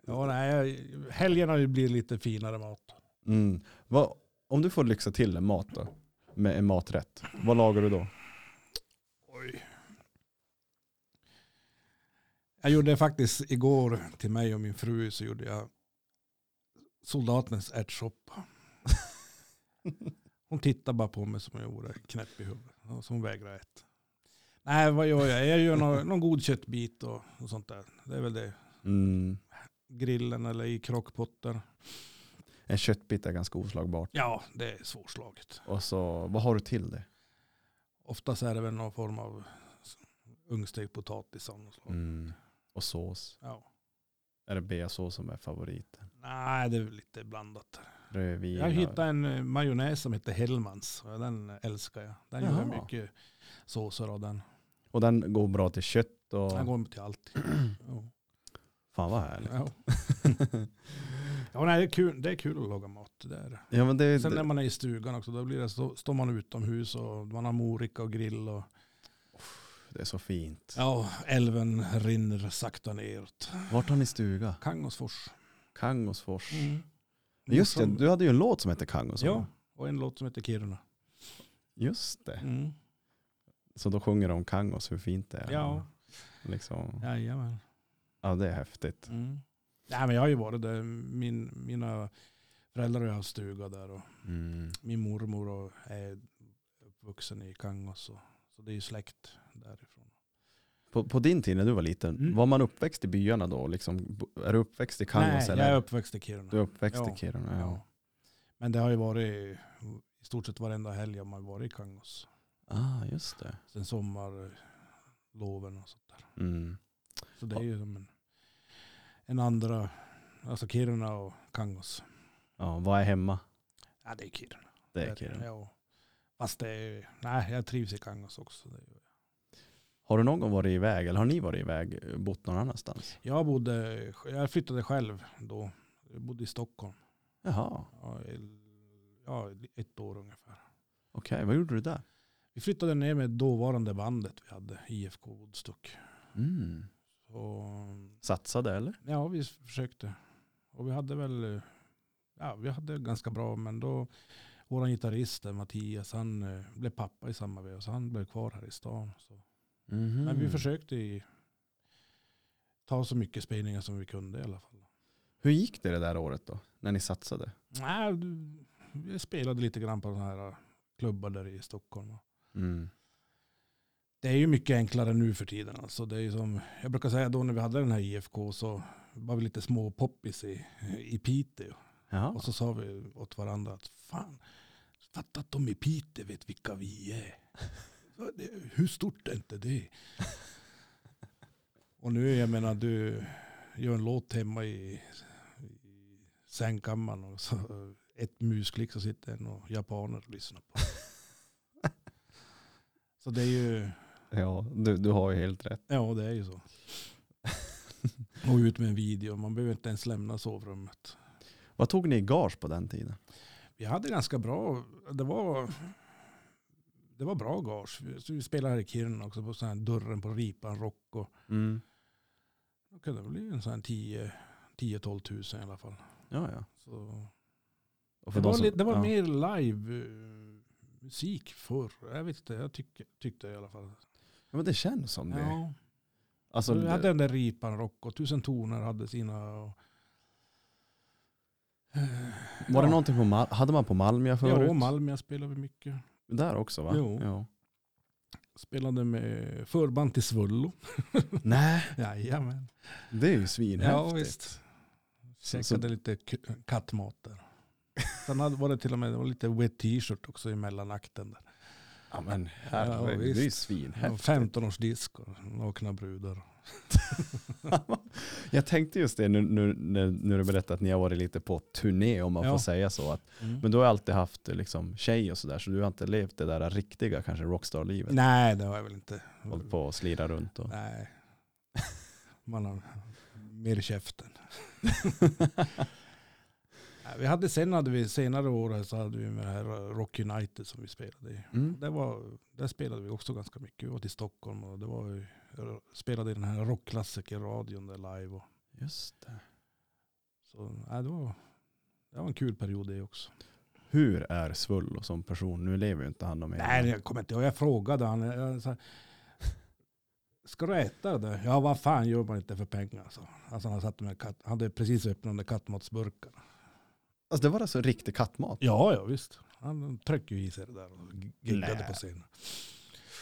[SPEAKER 3] Ja, nej, jag- helgerna blir lite finare mat.
[SPEAKER 1] Mm. Vad, om du får lyxa till en mat då, med en maträtt, vad lagar du då?
[SPEAKER 3] Oj. Jag gjorde faktiskt igår till mig och min fru så gjorde jag soldatens ärtsoppa. Hon tittar bara på mig som om jag vore knäpp i huvudet. Ja, Så hon vägrar äta. Nej, vad gör jag? Jag gör någon, någon god köttbit och, och sånt där. Det är väl det.
[SPEAKER 1] Mm.
[SPEAKER 3] Grillen eller i krockpotten.
[SPEAKER 1] En köttbit är ganska oslagbart.
[SPEAKER 3] Ja, det är svårslaget.
[SPEAKER 1] Och så, vad har du till det?
[SPEAKER 3] Oftast är det väl någon form av ungstekt potatis av något slag.
[SPEAKER 1] Mm. Och sås.
[SPEAKER 3] Ja.
[SPEAKER 1] Är det beasås som är favoriten?
[SPEAKER 3] Nej, det är väl lite blandat.
[SPEAKER 1] Rödvin?
[SPEAKER 3] Jag
[SPEAKER 1] och-
[SPEAKER 3] hittade en eh, majonnäs som heter Hellmans. och Den älskar jag. Den gör
[SPEAKER 1] Jaha.
[SPEAKER 3] mycket såser av den.
[SPEAKER 1] Och den går bra till kött och...
[SPEAKER 3] Den går
[SPEAKER 1] [clears throat]
[SPEAKER 3] till allt. Ja.
[SPEAKER 1] Fan vad härligt.
[SPEAKER 3] Ja. ja, nej, det, är kul. det är kul att laga mat. Det är. det.
[SPEAKER 1] Ja, men det,
[SPEAKER 3] Sen när
[SPEAKER 1] det,
[SPEAKER 3] man är i stugan också, då blir det, så, står man utomhus och man har morika och grill. Och,
[SPEAKER 1] det är så fint.
[SPEAKER 3] ja, älven rinner sakta neråt.
[SPEAKER 1] Vart har ni stuga?
[SPEAKER 3] Kangosfors.
[SPEAKER 1] Kangosfors.
[SPEAKER 3] Mm.
[SPEAKER 1] Mm. Just det, du hade ju en låt som hette Kangos.
[SPEAKER 3] Ja, och en låt som heter Kiruna.
[SPEAKER 1] Just det.
[SPEAKER 3] Mm.
[SPEAKER 1] Så då sjunger de om Kangos, hur fint det är.
[SPEAKER 3] Ja,
[SPEAKER 1] Liksom.
[SPEAKER 3] jajamän.
[SPEAKER 1] ja, det är häftigt.
[SPEAKER 3] Mm. Nej, men jag har ju varit där. Min, mina föräldrar har ju haft stuga där och
[SPEAKER 1] Mm.
[SPEAKER 3] min mormor och är uppvuxen i Kangos. Och, så det är ju släkt därifrån.
[SPEAKER 1] På, på din tid när du var liten,
[SPEAKER 3] Mm.
[SPEAKER 1] var man uppväxt i byarna då? Liksom, bo- är du uppväxt i Kangos?
[SPEAKER 3] Nej,
[SPEAKER 1] eller?
[SPEAKER 3] jag är uppväxt i Kiruna.
[SPEAKER 1] Du är uppväxt
[SPEAKER 3] Ja.
[SPEAKER 1] i Kiruna? Ja.
[SPEAKER 3] Ja. Men det har ju varit i stort sett varenda helg har man varit i Kangos.
[SPEAKER 1] Ah, just det.
[SPEAKER 3] Sen sommarloven och sånt där.
[SPEAKER 1] Mm.
[SPEAKER 3] Så det är ju som en, en andra, alltså Kiruna och Kangos.
[SPEAKER 1] Ja, vad är hemma?
[SPEAKER 3] Ja, det är Kiruna.
[SPEAKER 1] Det är Kiruna.
[SPEAKER 3] Ja. Fast det är, nej, jag trivs i Kangos också. Det är ju-
[SPEAKER 1] Har du någon gång varit iväg, eller har ni varit iväg, eh, bott någon annanstans?
[SPEAKER 3] Jag, bodde, jag flyttade själv då. Jag bodde i Stockholm.
[SPEAKER 1] Jaha,
[SPEAKER 3] Ja, i- ja, ett år ungefär.
[SPEAKER 1] okej. Vad gjorde du där?
[SPEAKER 3] Vi flyttade ner med dåvarande bandet vi hade, IFK Woodstock.
[SPEAKER 1] Mm.
[SPEAKER 3] Så,
[SPEAKER 1] Satsade eller?
[SPEAKER 3] ja, vi försökte. Och vi hade väl, eh, ja, vi hade ganska bra, men då vår gitarrist där, Mattias, han eh, blev pappa i samma veva, så han blev kvar här i stan. Så.
[SPEAKER 1] Mhm.
[SPEAKER 3] Men
[SPEAKER 1] Mm.
[SPEAKER 3] vi försökte i, ta så mycket spelningar som vi kunde i alla fall.
[SPEAKER 1] Hur gick det det där året då, när ni satsade?
[SPEAKER 3] Nej, du- vi spelade lite grann på de här eh, klubbar där i Stockholm.
[SPEAKER 1] Mm.
[SPEAKER 3] Det är ju mycket enklare nu för tiden. Alltså det är ju som, jag brukar säga då när vi hade den här IFK så var vi lite små poppis i, i Piteå.
[SPEAKER 1] Jaha.
[SPEAKER 3] Och så sa vi åt varandra att fan, fatta att de i Piteå vet vilka vi är. Så det- Hur stort är inte det? Och nu, jag menar, du gör en låt hemma i, i sängkammaren. Och så ett musklick så sitter en och japaner och lyssnar på. så det är ju,
[SPEAKER 1] Ja, du, du har ju helt rätt.
[SPEAKER 3] ja det är ju så. Och ut med en video, man behöver inte ens lämna sovrummet.
[SPEAKER 1] Vad tog ni i gage på den tiden?
[SPEAKER 3] Vi hade ganska bra, det var, det var bra gage. Vi- Så vi spelade här i Kiruna också på sån här dörren på Ripan Rock. Och,
[SPEAKER 1] Mm.
[SPEAKER 3] då kunde det bli en sån här 10 10-12 tusen i alla fall.
[SPEAKER 1] Ja, ja.
[SPEAKER 3] Så
[SPEAKER 1] Och
[SPEAKER 3] det,
[SPEAKER 1] de
[SPEAKER 3] var,
[SPEAKER 1] som-
[SPEAKER 3] li- det var
[SPEAKER 1] ja.
[SPEAKER 3] mer live eh, musik förr. Jag vet inte, jag tyck, tyckte i alla fall.
[SPEAKER 1] Ja, men det känns som det.
[SPEAKER 3] Ja.
[SPEAKER 1] Alltså,
[SPEAKER 3] Så vi
[SPEAKER 1] det-
[SPEAKER 3] hade den där ripan rock och tusen toner hade sina. Och,
[SPEAKER 1] var det
[SPEAKER 3] ja.
[SPEAKER 1] någonting på Mal- Hade man på Malmö förut?
[SPEAKER 3] ja, och Malmö spelade vi mycket.
[SPEAKER 1] Där också va?
[SPEAKER 3] Jo. [laughs]
[SPEAKER 1] Ja.
[SPEAKER 3] Spelade med förband till Svullo. [laughs]
[SPEAKER 1] Nej,
[SPEAKER 3] Jajamän.
[SPEAKER 1] det är ju svinhäftigt.
[SPEAKER 3] Ja visst.
[SPEAKER 1] Så-
[SPEAKER 3] Käkade
[SPEAKER 1] så-
[SPEAKER 3] lite k- kattmat där. Sen hade- var det till och med det var lite wet t-shirt också i mellanakten. Där.
[SPEAKER 1] Ja men
[SPEAKER 3] Ja,
[SPEAKER 1] herregud,
[SPEAKER 3] visst.
[SPEAKER 1] det är ju
[SPEAKER 3] Ja,
[SPEAKER 1] svinhäftigt. [laughs]
[SPEAKER 3] 15-årsdisk och nakna brudar.
[SPEAKER 1] Jag tänkte just det nu, nu, när- när du berättade att ni har varit lite på turné om man
[SPEAKER 3] Ja.
[SPEAKER 1] får säga så. Att, men du har alltid haft liksom, tjej och sådär så du har inte levt det där riktiga kanske rockstar-livet.
[SPEAKER 3] Nej, det har jag väl inte.
[SPEAKER 1] Hållit på och slira runt och...
[SPEAKER 3] Nej. Man har mer
[SPEAKER 1] [laughs]
[SPEAKER 3] i käften. Nej, vi hade, sen hade vi senare år här så hade vi med det här Rock United som vi spelade i.
[SPEAKER 1] Mm.
[SPEAKER 3] Det var, där spelade vi också ganska mycket. Vi var till Stockholm och det var, ju- spelade i den här rockklassikerradion där live. Och,
[SPEAKER 1] Just det.
[SPEAKER 3] så, nej, det, var, det var en kul period det också.
[SPEAKER 1] Hur är Svullo som person? Nu lever ju inte han och mig.
[SPEAKER 3] Nej, jag kommer inte ihåg. Jag frågade han. Jag sa, Ska du äta det? där?" Ja, vad fan gör man inte för pengar? Så. Alltså, han, satt med katt, han hade precis öppnat den kattmatsburken.
[SPEAKER 1] Alltså, det var alltså riktig kattmat?
[SPEAKER 3] Ja, ja visst. Han tryckte ju i sig det där och g- giggade
[SPEAKER 1] Nej.
[SPEAKER 3] på scenen.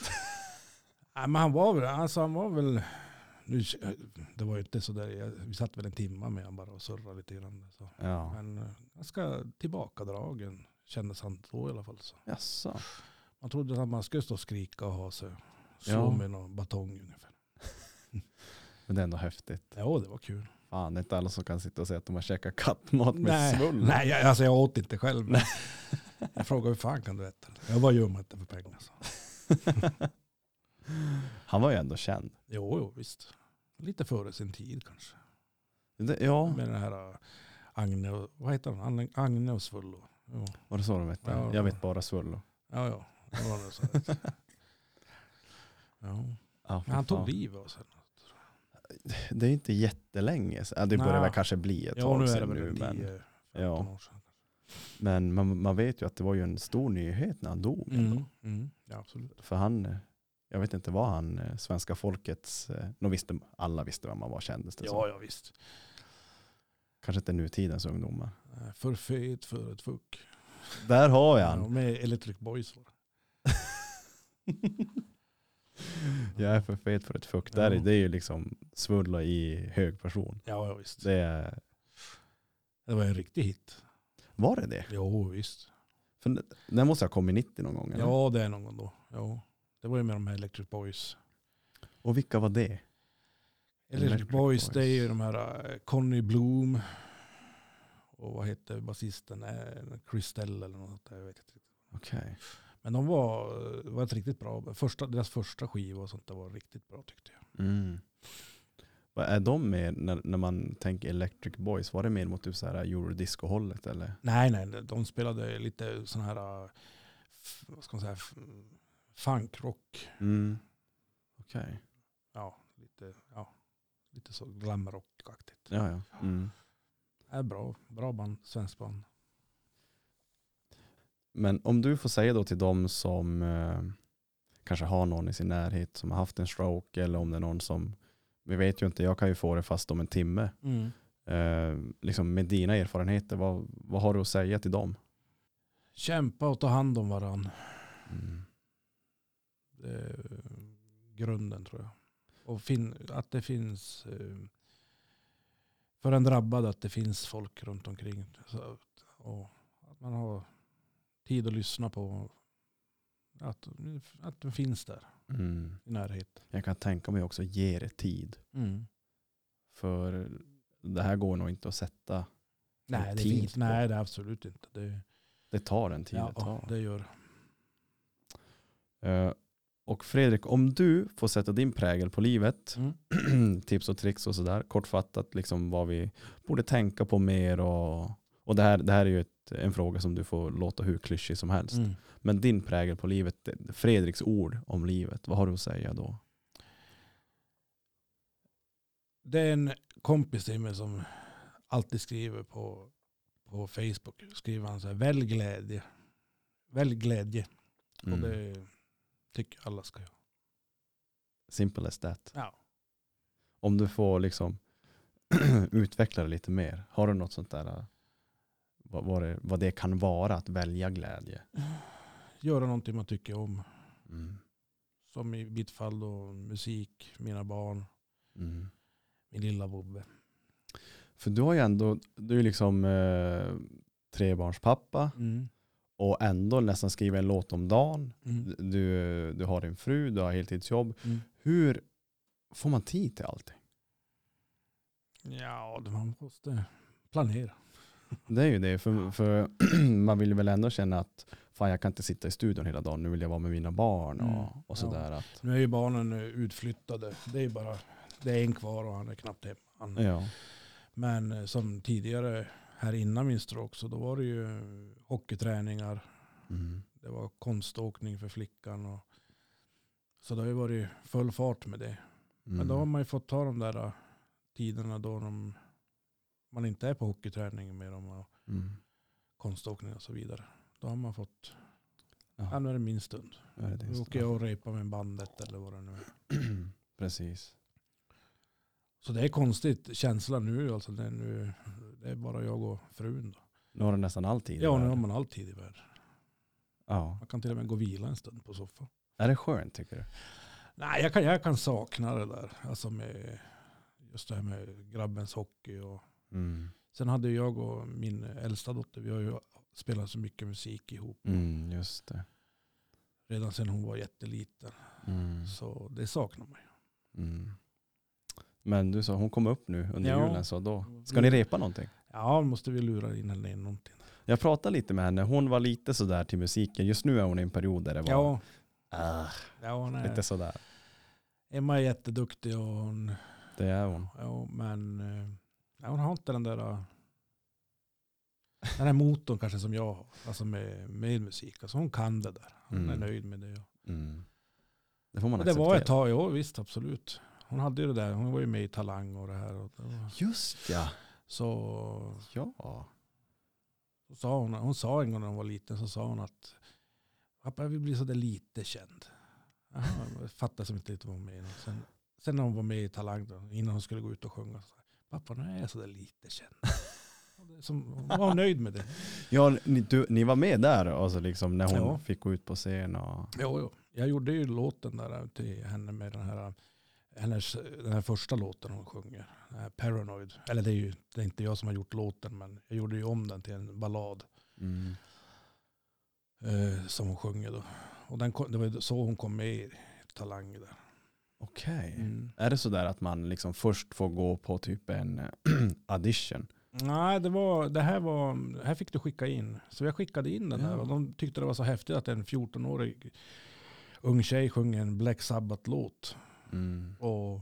[SPEAKER 3] [laughs] Nej, men han var väl, alltså han var väl, nu, det var ju inte så där, jag, vi satt väl en timma med han bara och surrade lite grann. Så.
[SPEAKER 1] Ja.
[SPEAKER 3] Men eh, ganska tillbakadragen kändes han då i alla fall. Så.
[SPEAKER 1] Jaså.
[SPEAKER 3] Man trodde att man skulle stå och skrika och ha sig. Slå
[SPEAKER 1] Ja.
[SPEAKER 3] med någon batong ungefär.
[SPEAKER 1] Men det är ändå häftigt.
[SPEAKER 3] Ja, det var kul.
[SPEAKER 1] Fan, det är inte alla som kan sitta och säga att de har käkat kattmat med Svullo.
[SPEAKER 3] nej jag, alltså jag åt inte själv. men Jag frågade hur fan kan du äta det? Jag var gör man inte för pengar? Så.
[SPEAKER 1] [laughs] Han var ju ändå känd.
[SPEAKER 3] Jo, jo, visst. Lite före sin tid kanske.
[SPEAKER 1] Det, ja,
[SPEAKER 3] Med den här äh, Agne och, vad heter han? Agne, Agne och Svullo. Jo.
[SPEAKER 1] var det så de hette?
[SPEAKER 3] Ja.
[SPEAKER 1] Jag vet bara Svullo.
[SPEAKER 3] Ja, ja. Det var det så [laughs] här. ja.
[SPEAKER 1] Ja,
[SPEAKER 3] Men
[SPEAKER 1] fan.
[SPEAKER 3] han tog livet av sig.
[SPEAKER 1] Det är inte jättelänge sedan. Ja, det börjar
[SPEAKER 3] Nej.
[SPEAKER 1] väl kanske bli ett
[SPEAKER 3] Ja,
[SPEAKER 1] tag
[SPEAKER 3] nu är det
[SPEAKER 1] sedan
[SPEAKER 3] väl
[SPEAKER 1] nu.
[SPEAKER 3] en
[SPEAKER 1] Men,
[SPEAKER 3] 10-15
[SPEAKER 1] Ja.
[SPEAKER 3] år sedan.
[SPEAKER 1] men man, man vet ju att det var ju en stor nyhet när han dog.
[SPEAKER 3] Mm. Mm. Ja, absolut.
[SPEAKER 1] För han, eh, jag vet inte vad han, eh, svenska folkets, eh, nog visste, alla visste vem han var kändes det som.
[SPEAKER 3] Ja, ja, visst.
[SPEAKER 1] Kanske inte nutidens ungdomar.
[SPEAKER 3] Nej, För fet för ett fuck.
[SPEAKER 1] Där har vi
[SPEAKER 3] Eh, Ja,
[SPEAKER 1] han. [laughs]
[SPEAKER 3] med Electric Boys. var det.
[SPEAKER 1] Jag är för fet för ett fuck. Där, är-
[SPEAKER 3] Ja.
[SPEAKER 1] Det är ju liksom Svullo i hög person.
[SPEAKER 3] Ja, ja visst.
[SPEAKER 1] Det, är-
[SPEAKER 3] Det var en riktig hit.
[SPEAKER 1] var det det?
[SPEAKER 3] Jo, visst.
[SPEAKER 1] För den måste ha kommit 90 någon gång. Eller?
[SPEAKER 3] Ja, det är någon gång då. Jo. Det var ju med de här Electric Boys.
[SPEAKER 1] Och vilka var det?
[SPEAKER 3] Electric,
[SPEAKER 1] Electric
[SPEAKER 3] Boys, det är ju
[SPEAKER 1] Boys.
[SPEAKER 3] de här eh, Conny Bloom. Och vad hette basisten? Eh, Christelle eller något. Jag vet inte.
[SPEAKER 1] Okej.
[SPEAKER 3] Men de var, eh, var ett riktigt bra. Första, deras första skiva och sånt där var riktigt bra tyckte jag.
[SPEAKER 1] Mm. Vad är de med när, när man tänker Electric Boys? Var det mer mot typ så här eurodisco-hållet eller?
[SPEAKER 3] Nej, nej, de spelade lite sån här, eh, f- vad ska man säga, f- funkrock.
[SPEAKER 1] Mm. Okej.
[SPEAKER 3] ja, lite, ja, lite så glamrockaktigt.
[SPEAKER 1] Ja, ja. Mm.
[SPEAKER 3] Är bra, bra band, svenskt band.
[SPEAKER 1] Men om du får säga då till de som eh, kanske har någon i sin närhet som har haft en stroke eller om det är någon som, vi vet ju inte, jag kan ju få det fast om en timme. Eh, liksom med dina erfarenheter, vad, vad har du att säga till dem?
[SPEAKER 3] Kämpa och ta hand om varann.
[SPEAKER 1] Mm.
[SPEAKER 3] Det är eh, grunden tror jag. Och fin, att det finns eh, för en drabbad att det finns folk runt omkring. Så, att- och att man har tid att lyssna på. Att, att den finns där
[SPEAKER 1] Mm.
[SPEAKER 3] i närhet.
[SPEAKER 1] Jag kan tänka mig också
[SPEAKER 3] Mm.
[SPEAKER 1] ge det tid. För det här går nog inte att sätta
[SPEAKER 3] Nej, det, är
[SPEAKER 1] tid
[SPEAKER 3] fint.
[SPEAKER 1] på.
[SPEAKER 3] Nej, det är absolut inte. Det,
[SPEAKER 1] Det tar den tid
[SPEAKER 3] ja,
[SPEAKER 1] det tar.
[SPEAKER 3] det gör det.
[SPEAKER 1] Eh, och Fredrik, om du får sätta din prägel på livet,
[SPEAKER 3] Mm.
[SPEAKER 1] tips och tricks och sådär, kortfattat liksom vad vi borde tänka på mer och, och det, här, det här är ju ett, en fråga som du får låta hur klyschig som helst.
[SPEAKER 3] Mm.
[SPEAKER 1] Men din prägel på livet, det- Fredriks ord om livet, vad har du att säga då?
[SPEAKER 3] Det är en kompis till mig som alltid skriver på, på Facebook. Skriver han så här, välj glädje. Välj glädje.
[SPEAKER 1] Mm.
[SPEAKER 3] Och det tycker alla ska göra.
[SPEAKER 1] Simple as that.
[SPEAKER 3] Ja.
[SPEAKER 1] Om du får liksom [clears throat] utveckla det lite mer, har du något sånt där, eh, vad, vad, det, vad det kan vara att välja glädje?
[SPEAKER 3] Göra någonting man tycker om.
[SPEAKER 1] Mm.
[SPEAKER 3] Som i mitt fall då musik, mina barn,
[SPEAKER 1] Mm.
[SPEAKER 3] min lilla Bobbe.
[SPEAKER 1] För du har ju ändå, du är liksom eh, trebarnspappa
[SPEAKER 3] Mm.
[SPEAKER 1] och ändå nästan skriver en låt om dagen.
[SPEAKER 3] Mm.
[SPEAKER 1] Du, du har din fru, du har heltidsjobb.
[SPEAKER 3] Mm.
[SPEAKER 1] Hur får man tid till allting?
[SPEAKER 3] Ja, det- man måste planera.
[SPEAKER 1] Det är ju det, för, för [clears throat] man vill ju väl ändå känna att fan jag kan inte sitta i studion hela dagen, nu vill jag vara med mina barn och,
[SPEAKER 3] Mm,
[SPEAKER 1] och sådär. Att,
[SPEAKER 3] Nu är ju barnen eh, utflyttade. Det är ju bara det är en kvar och han är knappt hemma. Han,
[SPEAKER 1] ja.
[SPEAKER 3] Men eh, som tidigare, här innan min stroke, så då var det ju eh, hockeyträningar,
[SPEAKER 1] Mm.
[SPEAKER 3] det var konståkning för flickan. Och, så det har ju varit full fart med det. Men då har
[SPEAKER 1] Mm.
[SPEAKER 3] man ju fått ta de där eh, tiderna då de, man inte är på hockeyträning med dem och
[SPEAKER 1] Mm.
[SPEAKER 3] konståkning och så vidare. Då har man fått,
[SPEAKER 1] Ja,
[SPEAKER 3] ja nu är det min stund.
[SPEAKER 1] då är det din
[SPEAKER 3] Nu åker
[SPEAKER 1] stund.
[SPEAKER 3] jag och repar med bandet eller vad det nu är.
[SPEAKER 1] [clears throat] Precis.
[SPEAKER 3] Så det är konstigt känsla nu alltså. Det är, nu, det är bara jag och frun då.
[SPEAKER 1] Nu har du nästan all tid i
[SPEAKER 3] Ja, nu har
[SPEAKER 1] världen.
[SPEAKER 3] man all tid i världen.
[SPEAKER 1] ja.
[SPEAKER 3] Man kan till och med gå och vila en stund på soffan.
[SPEAKER 1] Är det skönt tycker du?
[SPEAKER 3] Nej, jag kan, jag kan sakna det där. Alltså med, just det här med grabbens hockey. Och,
[SPEAKER 1] Mm.
[SPEAKER 3] sen hade jag och min äldsta dotter, vi har ju spelat så mycket musik ihop.
[SPEAKER 1] Mm, just det.
[SPEAKER 3] Redan sedan hon var jätteliten.
[SPEAKER 1] Mm.
[SPEAKER 3] Så det saknar man ju.
[SPEAKER 1] Mm. Men du sa hon kom upp nu under
[SPEAKER 3] Ja. Mm.
[SPEAKER 1] julen så då ska ni repa någonting?
[SPEAKER 3] Ja, måste vi lura in henne i någonting.
[SPEAKER 1] Jag pratade lite med henne, hon var lite sådär till musiken. Just nu är hon i en period där det var
[SPEAKER 3] Ja,
[SPEAKER 1] ah,
[SPEAKER 3] ja nej.
[SPEAKER 1] lite sådär.
[SPEAKER 3] Emma är jätteduktig och hon,
[SPEAKER 1] Det är hon.
[SPEAKER 3] ja, men eh, ja, hon har inte den där eh, den här motorn kanske som jag har, alltså med, med musik. Alltså hon kan det där. Hon
[SPEAKER 1] Mm.
[SPEAKER 3] är nöjd med det.
[SPEAKER 1] Mm. Det får man
[SPEAKER 3] Men det
[SPEAKER 1] acceptera.
[SPEAKER 3] var ett tag, ja visst absolut. Hon hade ju det där, hon var ju med i Talang och det här. Och det var-
[SPEAKER 1] Just ja.
[SPEAKER 3] Så
[SPEAKER 1] ja.
[SPEAKER 3] så sa hon, hon sa en gång när hon var liten så sa hon att pappa jag vill bli sådär lite känd. Jaha, jag fattade som inte riktigt vad hon menade. Sen, sen när hon var med i Talang då, innan hon skulle gå ut och sjunga, så sa jag, pappa nu är jag sådär lite känd. Och det- Som, hon var nöjd med det.
[SPEAKER 1] ja ni, du, ni var med där alltså liksom när hon
[SPEAKER 3] Ja.
[SPEAKER 1] fick gå ut på scen och...
[SPEAKER 3] Jo, jo. Jag gjorde ju låten där till henne med den här, hennes, den här första låten hon sjunger. den här Paranoid. Eller det är ju det är inte jag som har gjort låten men jag gjorde ju om den till en ballad
[SPEAKER 1] Mm.
[SPEAKER 3] eh, som hon sjunger då. Och den kom, det var ju så hon kom med i Talang där.
[SPEAKER 1] Okej.
[SPEAKER 3] Mm.
[SPEAKER 1] Är det sådär att man liksom först får gå på typ en [clears throat] audition?
[SPEAKER 3] Nej, det, var, det här var, här fick du skicka in. Så jag skickade in den här
[SPEAKER 1] Ja.
[SPEAKER 3] och de tyckte det var så häftigt att en 14-årig ung tjej sjöng en Black Sabbath-låt.
[SPEAKER 1] Mm.
[SPEAKER 3] Och,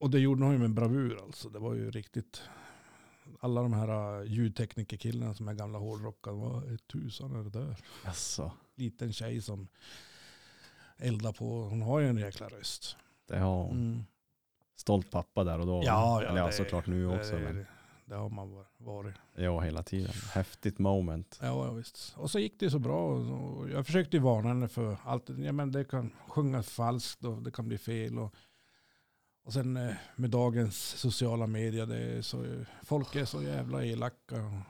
[SPEAKER 3] och det gjorde hon ju med bravur alltså. Det var ju riktigt. Alla de här äh, ljudteknikerkillarna som är gamla hårdrockare. Vad är tusan är det där?
[SPEAKER 1] Alltså,
[SPEAKER 3] Liten tjej som eldar på. Hon har ju en jäkla röst.
[SPEAKER 1] det har hon. stolt pappa där och då.
[SPEAKER 3] Mm. Ja, ja,
[SPEAKER 1] Eller ja,
[SPEAKER 3] det-
[SPEAKER 1] såklart nu också.
[SPEAKER 3] det,
[SPEAKER 1] Men,
[SPEAKER 3] det, det har man var- varit.
[SPEAKER 1] ja, hela tiden. Häftigt moment.
[SPEAKER 3] Ja, ja, visst. Och så gick det ju så bra. Och och jag försökte ju varna henne för allt. Ja, men det kan sjunga falskt och det kan bli fel. Och, och sen eh, med dagens sociala medier, det är så, folk är så jävla elaka.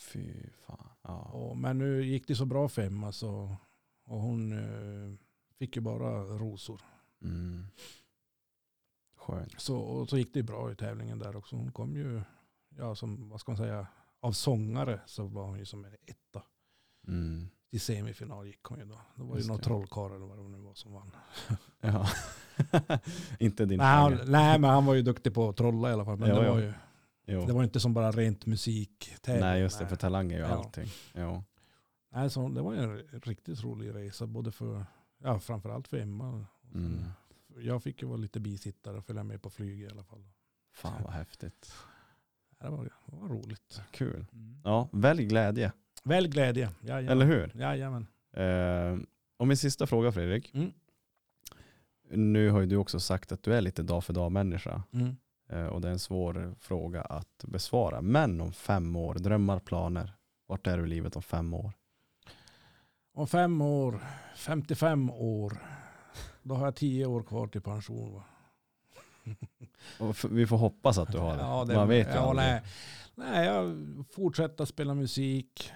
[SPEAKER 1] Fy fan. Ja.
[SPEAKER 3] Och, men nu gick det så bra för Emma så, och hon eh, fick ju bara rosor.
[SPEAKER 1] Mm. Skönt.
[SPEAKER 3] Så, och så gick det ju bra i tävlingen där också. Hon kom ju, ja som, vad ska man säga, av sångare så var hon ju som en etta.
[SPEAKER 1] Mm.
[SPEAKER 3] I semifinal gick hon ju då. Det var ju
[SPEAKER 1] Just
[SPEAKER 3] någon
[SPEAKER 1] det.
[SPEAKER 3] trollkarl eller vad det nu var som vann.
[SPEAKER 1] [laughs] Ja. Inte din
[SPEAKER 3] Nej,
[SPEAKER 1] genre.
[SPEAKER 3] han, nej, men han var ju duktig på att trolla i alla fall. Men
[SPEAKER 1] Ja,
[SPEAKER 3] det
[SPEAKER 1] ja.
[SPEAKER 3] var ju
[SPEAKER 1] Jo.
[SPEAKER 3] Det var ju inte som bara rent musik.
[SPEAKER 1] Nej just det, för talang är ju
[SPEAKER 3] Ja.
[SPEAKER 1] allting. Jo.
[SPEAKER 3] Nej, så det var ju en riktigt rolig resa, både för, ja framförallt för Emma.
[SPEAKER 1] Mm.
[SPEAKER 3] Jag fick ju vara lite bisittare och följa med på flyg i alla fall.
[SPEAKER 1] Fan vad häftigt.
[SPEAKER 3] Det var, det var roligt.
[SPEAKER 1] Kul. Ja, välj glädje,
[SPEAKER 3] Väl glädje, jajamän.
[SPEAKER 1] Mm. eller hur?
[SPEAKER 3] Jajamän.
[SPEAKER 1] Eh, och min sista fråga Fredrik.
[SPEAKER 3] Mm.
[SPEAKER 1] Nu har ju du också sagt att du är lite dag för dag människa.
[SPEAKER 3] Mm.
[SPEAKER 1] Eh, Och det är en svår fråga att besvara. Men om fem år, drömmar, planer. Vart är du i livet om fem år?
[SPEAKER 3] Om fem år, 55 år, då har jag 10 år kvar till pension. Va?
[SPEAKER 1] Och f- vi får hoppas att du har det.
[SPEAKER 3] Ja,
[SPEAKER 1] Man vet ju
[SPEAKER 3] ja,
[SPEAKER 1] aldrig.
[SPEAKER 3] nej. nej, jag fortsätter spela musik,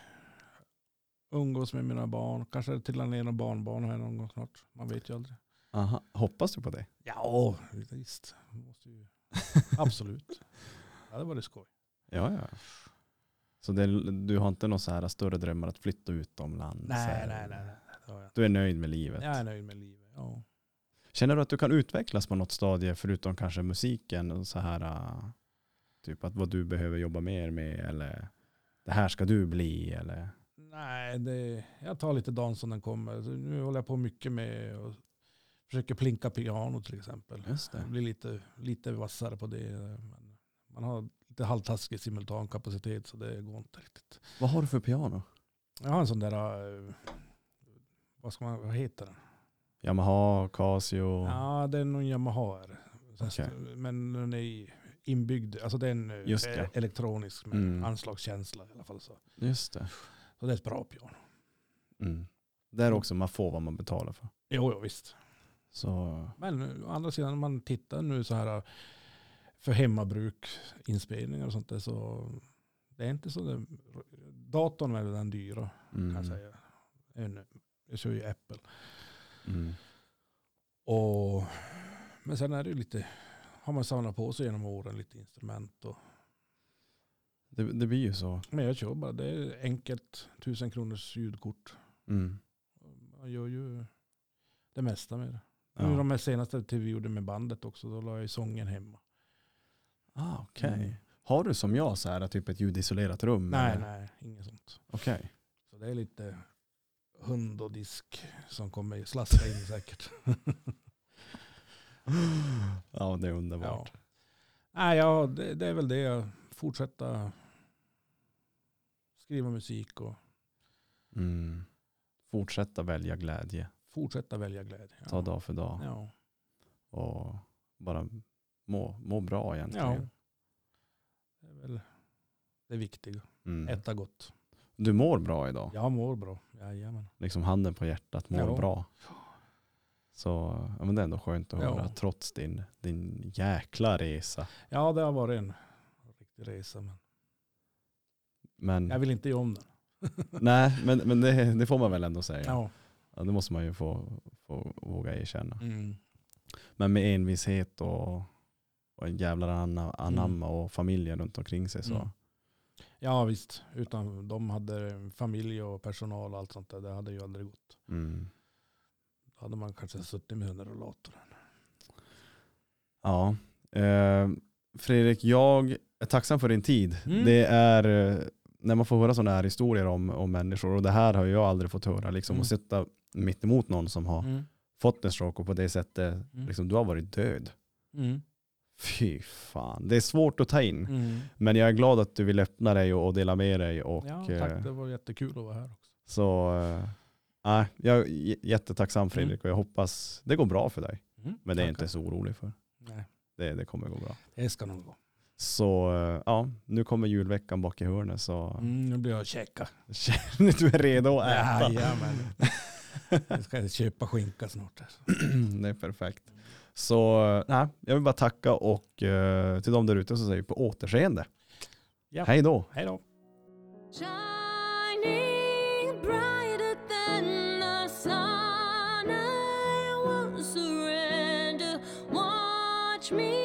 [SPEAKER 3] umgås med mina barn, kanske till och med några barnbarn här någon gång snart. Man vet ju aldrig.
[SPEAKER 1] Aha, hoppas du på det?
[SPEAKER 3] Ja, visst. Man Måste ju. Absolut. Ja, det var det skoj.
[SPEAKER 1] Ja, ja. Så det, du har inte några så här större drömmar att flytta utomlands? Mm, så
[SPEAKER 3] Nej,
[SPEAKER 1] här?
[SPEAKER 3] nej, nej. nej. Det har jag inte.
[SPEAKER 1] Du är nöjd med livet?
[SPEAKER 3] Jag är nöjd med livet. Ja.
[SPEAKER 1] Känner du att du kan utvecklas på något stadie förutom kanske musiken? Och så här, ah, typ att vad du behöver jobba mer med eller det här ska du bli eller?
[SPEAKER 3] Nej, det, jag tar lite dagen som den kommer. Så Nu håller jag på mycket med och försöker plinka piano till exempel.
[SPEAKER 1] Just
[SPEAKER 3] Jag blir lite, lite vassare på det. Men man har lite halvtaskig simultankapacitet så det går inte riktigt.
[SPEAKER 1] Vad har du för piano?
[SPEAKER 3] Jag har en sån där, eh, vad, ska man, vad heter den?
[SPEAKER 1] Yamaha, Casio?
[SPEAKER 3] Ja, det är någon Yamaha. Är. det. Sen
[SPEAKER 1] Okej.
[SPEAKER 3] st- Men den är inbyggd, alltså det är en eh,
[SPEAKER 1] Just det.
[SPEAKER 3] elektronisk med
[SPEAKER 1] Mm.
[SPEAKER 3] anslagskänsla i alla fall. Så.
[SPEAKER 1] Just det.
[SPEAKER 3] så det är ett bra piano.
[SPEAKER 1] Mm. Där också, man får vad man betalar för.
[SPEAKER 3] Jo, jo visst.
[SPEAKER 1] Så,
[SPEAKER 3] Men eh, å andra sidan, om man tittar nu så här eh, för hemmabruk, inspelningar och sånt där, så det är inte så. Det, datorn är väl den dyra
[SPEAKER 1] mm.
[SPEAKER 3] kan jag säga. En- Jag kör ju Apple.
[SPEAKER 1] Mm.
[SPEAKER 3] Och, men sen är det ju lite, har man samlat på sig genom åren lite instrument. Och,
[SPEAKER 1] Det, det blir ju så.
[SPEAKER 3] men jag kör bara, det är enkelt, tusen kronors ljudkort.
[SPEAKER 1] Mm.
[SPEAKER 3] Man gör ju det mesta med det. Nu
[SPEAKER 1] Ja.
[SPEAKER 3] de här senaste till vi gjorde med bandet också, då la jag ju sången hemma.
[SPEAKER 1] Ah, okej.
[SPEAKER 3] Mm.
[SPEAKER 1] Har du som jag så här typ ett ljudisolerat rum?
[SPEAKER 3] Nej,
[SPEAKER 1] eller?
[SPEAKER 3] nej, inget sånt.
[SPEAKER 1] Okej.
[SPEAKER 3] Så det är lite hund och disk som kommer slaska in säkert.
[SPEAKER 1] Ja, det är underbart.
[SPEAKER 3] Nej, ja, det, det är väl det. jag Fortsätta skriva musik och
[SPEAKER 1] Mm. Fortsätta välja glädje.
[SPEAKER 3] fortsätta välja glädje. Ja.
[SPEAKER 1] Ta dag för dag.
[SPEAKER 3] Ja.
[SPEAKER 1] Och bara må, må bra
[SPEAKER 3] ja.
[SPEAKER 1] egentligen.
[SPEAKER 3] Det är väl det viktiga.
[SPEAKER 1] Mm.
[SPEAKER 3] Äta gott.
[SPEAKER 1] Du mår bra idag.
[SPEAKER 3] Jag mår bra. Jajamän.
[SPEAKER 1] Liksom handen på hjärtat mår
[SPEAKER 3] Ja.
[SPEAKER 1] bra. Så ja, men det är ändå skönt att
[SPEAKER 3] Ja.
[SPEAKER 1] höra trots din, din jäkla resa.
[SPEAKER 3] Ja, det har varit en riktig resa. Men
[SPEAKER 1] Men,
[SPEAKER 3] jag vill inte göra om den.
[SPEAKER 1] Mm.
[SPEAKER 3] [laughs]
[SPEAKER 1] nej, men, men det, det får man väl ändå säga. Ja.
[SPEAKER 3] Ja.
[SPEAKER 1] det måste man ju få, få våga erkänna.
[SPEAKER 3] Mm.
[SPEAKER 1] Men med envishet och, och en jävlar anna- anamma och familjen runt omkring sig så.
[SPEAKER 3] Mm. ja, visst. Utan de hade familj och personal och allt sånt där. Det hade ju aldrig gått.
[SPEAKER 1] Mm.
[SPEAKER 3] Då hade man kanske suttit med en rullator.
[SPEAKER 1] Ja. Eh, Fredrik, jag är tacksam för din tid.
[SPEAKER 3] Mm.
[SPEAKER 1] Det är eh, när man får höra sådana här historier om, om människor och det här har jag aldrig fått höra. Liksom,
[SPEAKER 3] Mm.
[SPEAKER 1] Att sitta mitt emot någon som har
[SPEAKER 3] Mm.
[SPEAKER 1] fått en stroke och på det sättet, liksom, du har varit död.
[SPEAKER 3] Mm.
[SPEAKER 1] Fy fan, det är svårt att ta in.
[SPEAKER 3] Mm.
[SPEAKER 1] Men jag är glad att du vill öppna dig och, och dela med dig. Och,
[SPEAKER 3] Ja,
[SPEAKER 1] eh,
[SPEAKER 3] tack. Det var jättekul att vara här också.
[SPEAKER 1] Så eh, nej, jag är j-
[SPEAKER 3] Mm.
[SPEAKER 1] jättetacksam Fredrik och jag hoppas det går bra för dig. Men det är jag inte så orolig för.
[SPEAKER 3] Nej,
[SPEAKER 1] Det, det kommer gå bra.
[SPEAKER 3] det ska nog gå.
[SPEAKER 1] Så eh, ja, nu kommer julveckan bak i hörnet så
[SPEAKER 3] Mm, nu blir jag käka.
[SPEAKER 1] känner
[SPEAKER 3] Mm.
[SPEAKER 1] [laughs] du dig redo att äta. [laughs]
[SPEAKER 3] Jajamän. Jag ska köpa skinka snart. här.
[SPEAKER 1] [clears throat] det är perfekt. Så eh, nej, jag vill bara tacka och eh, till de där ute så säger vi på återseende.
[SPEAKER 3] Ja.
[SPEAKER 1] Hej då!
[SPEAKER 3] Hej då.
[SPEAKER 2] Shining brighter than the sun, I won't surrender. Watch me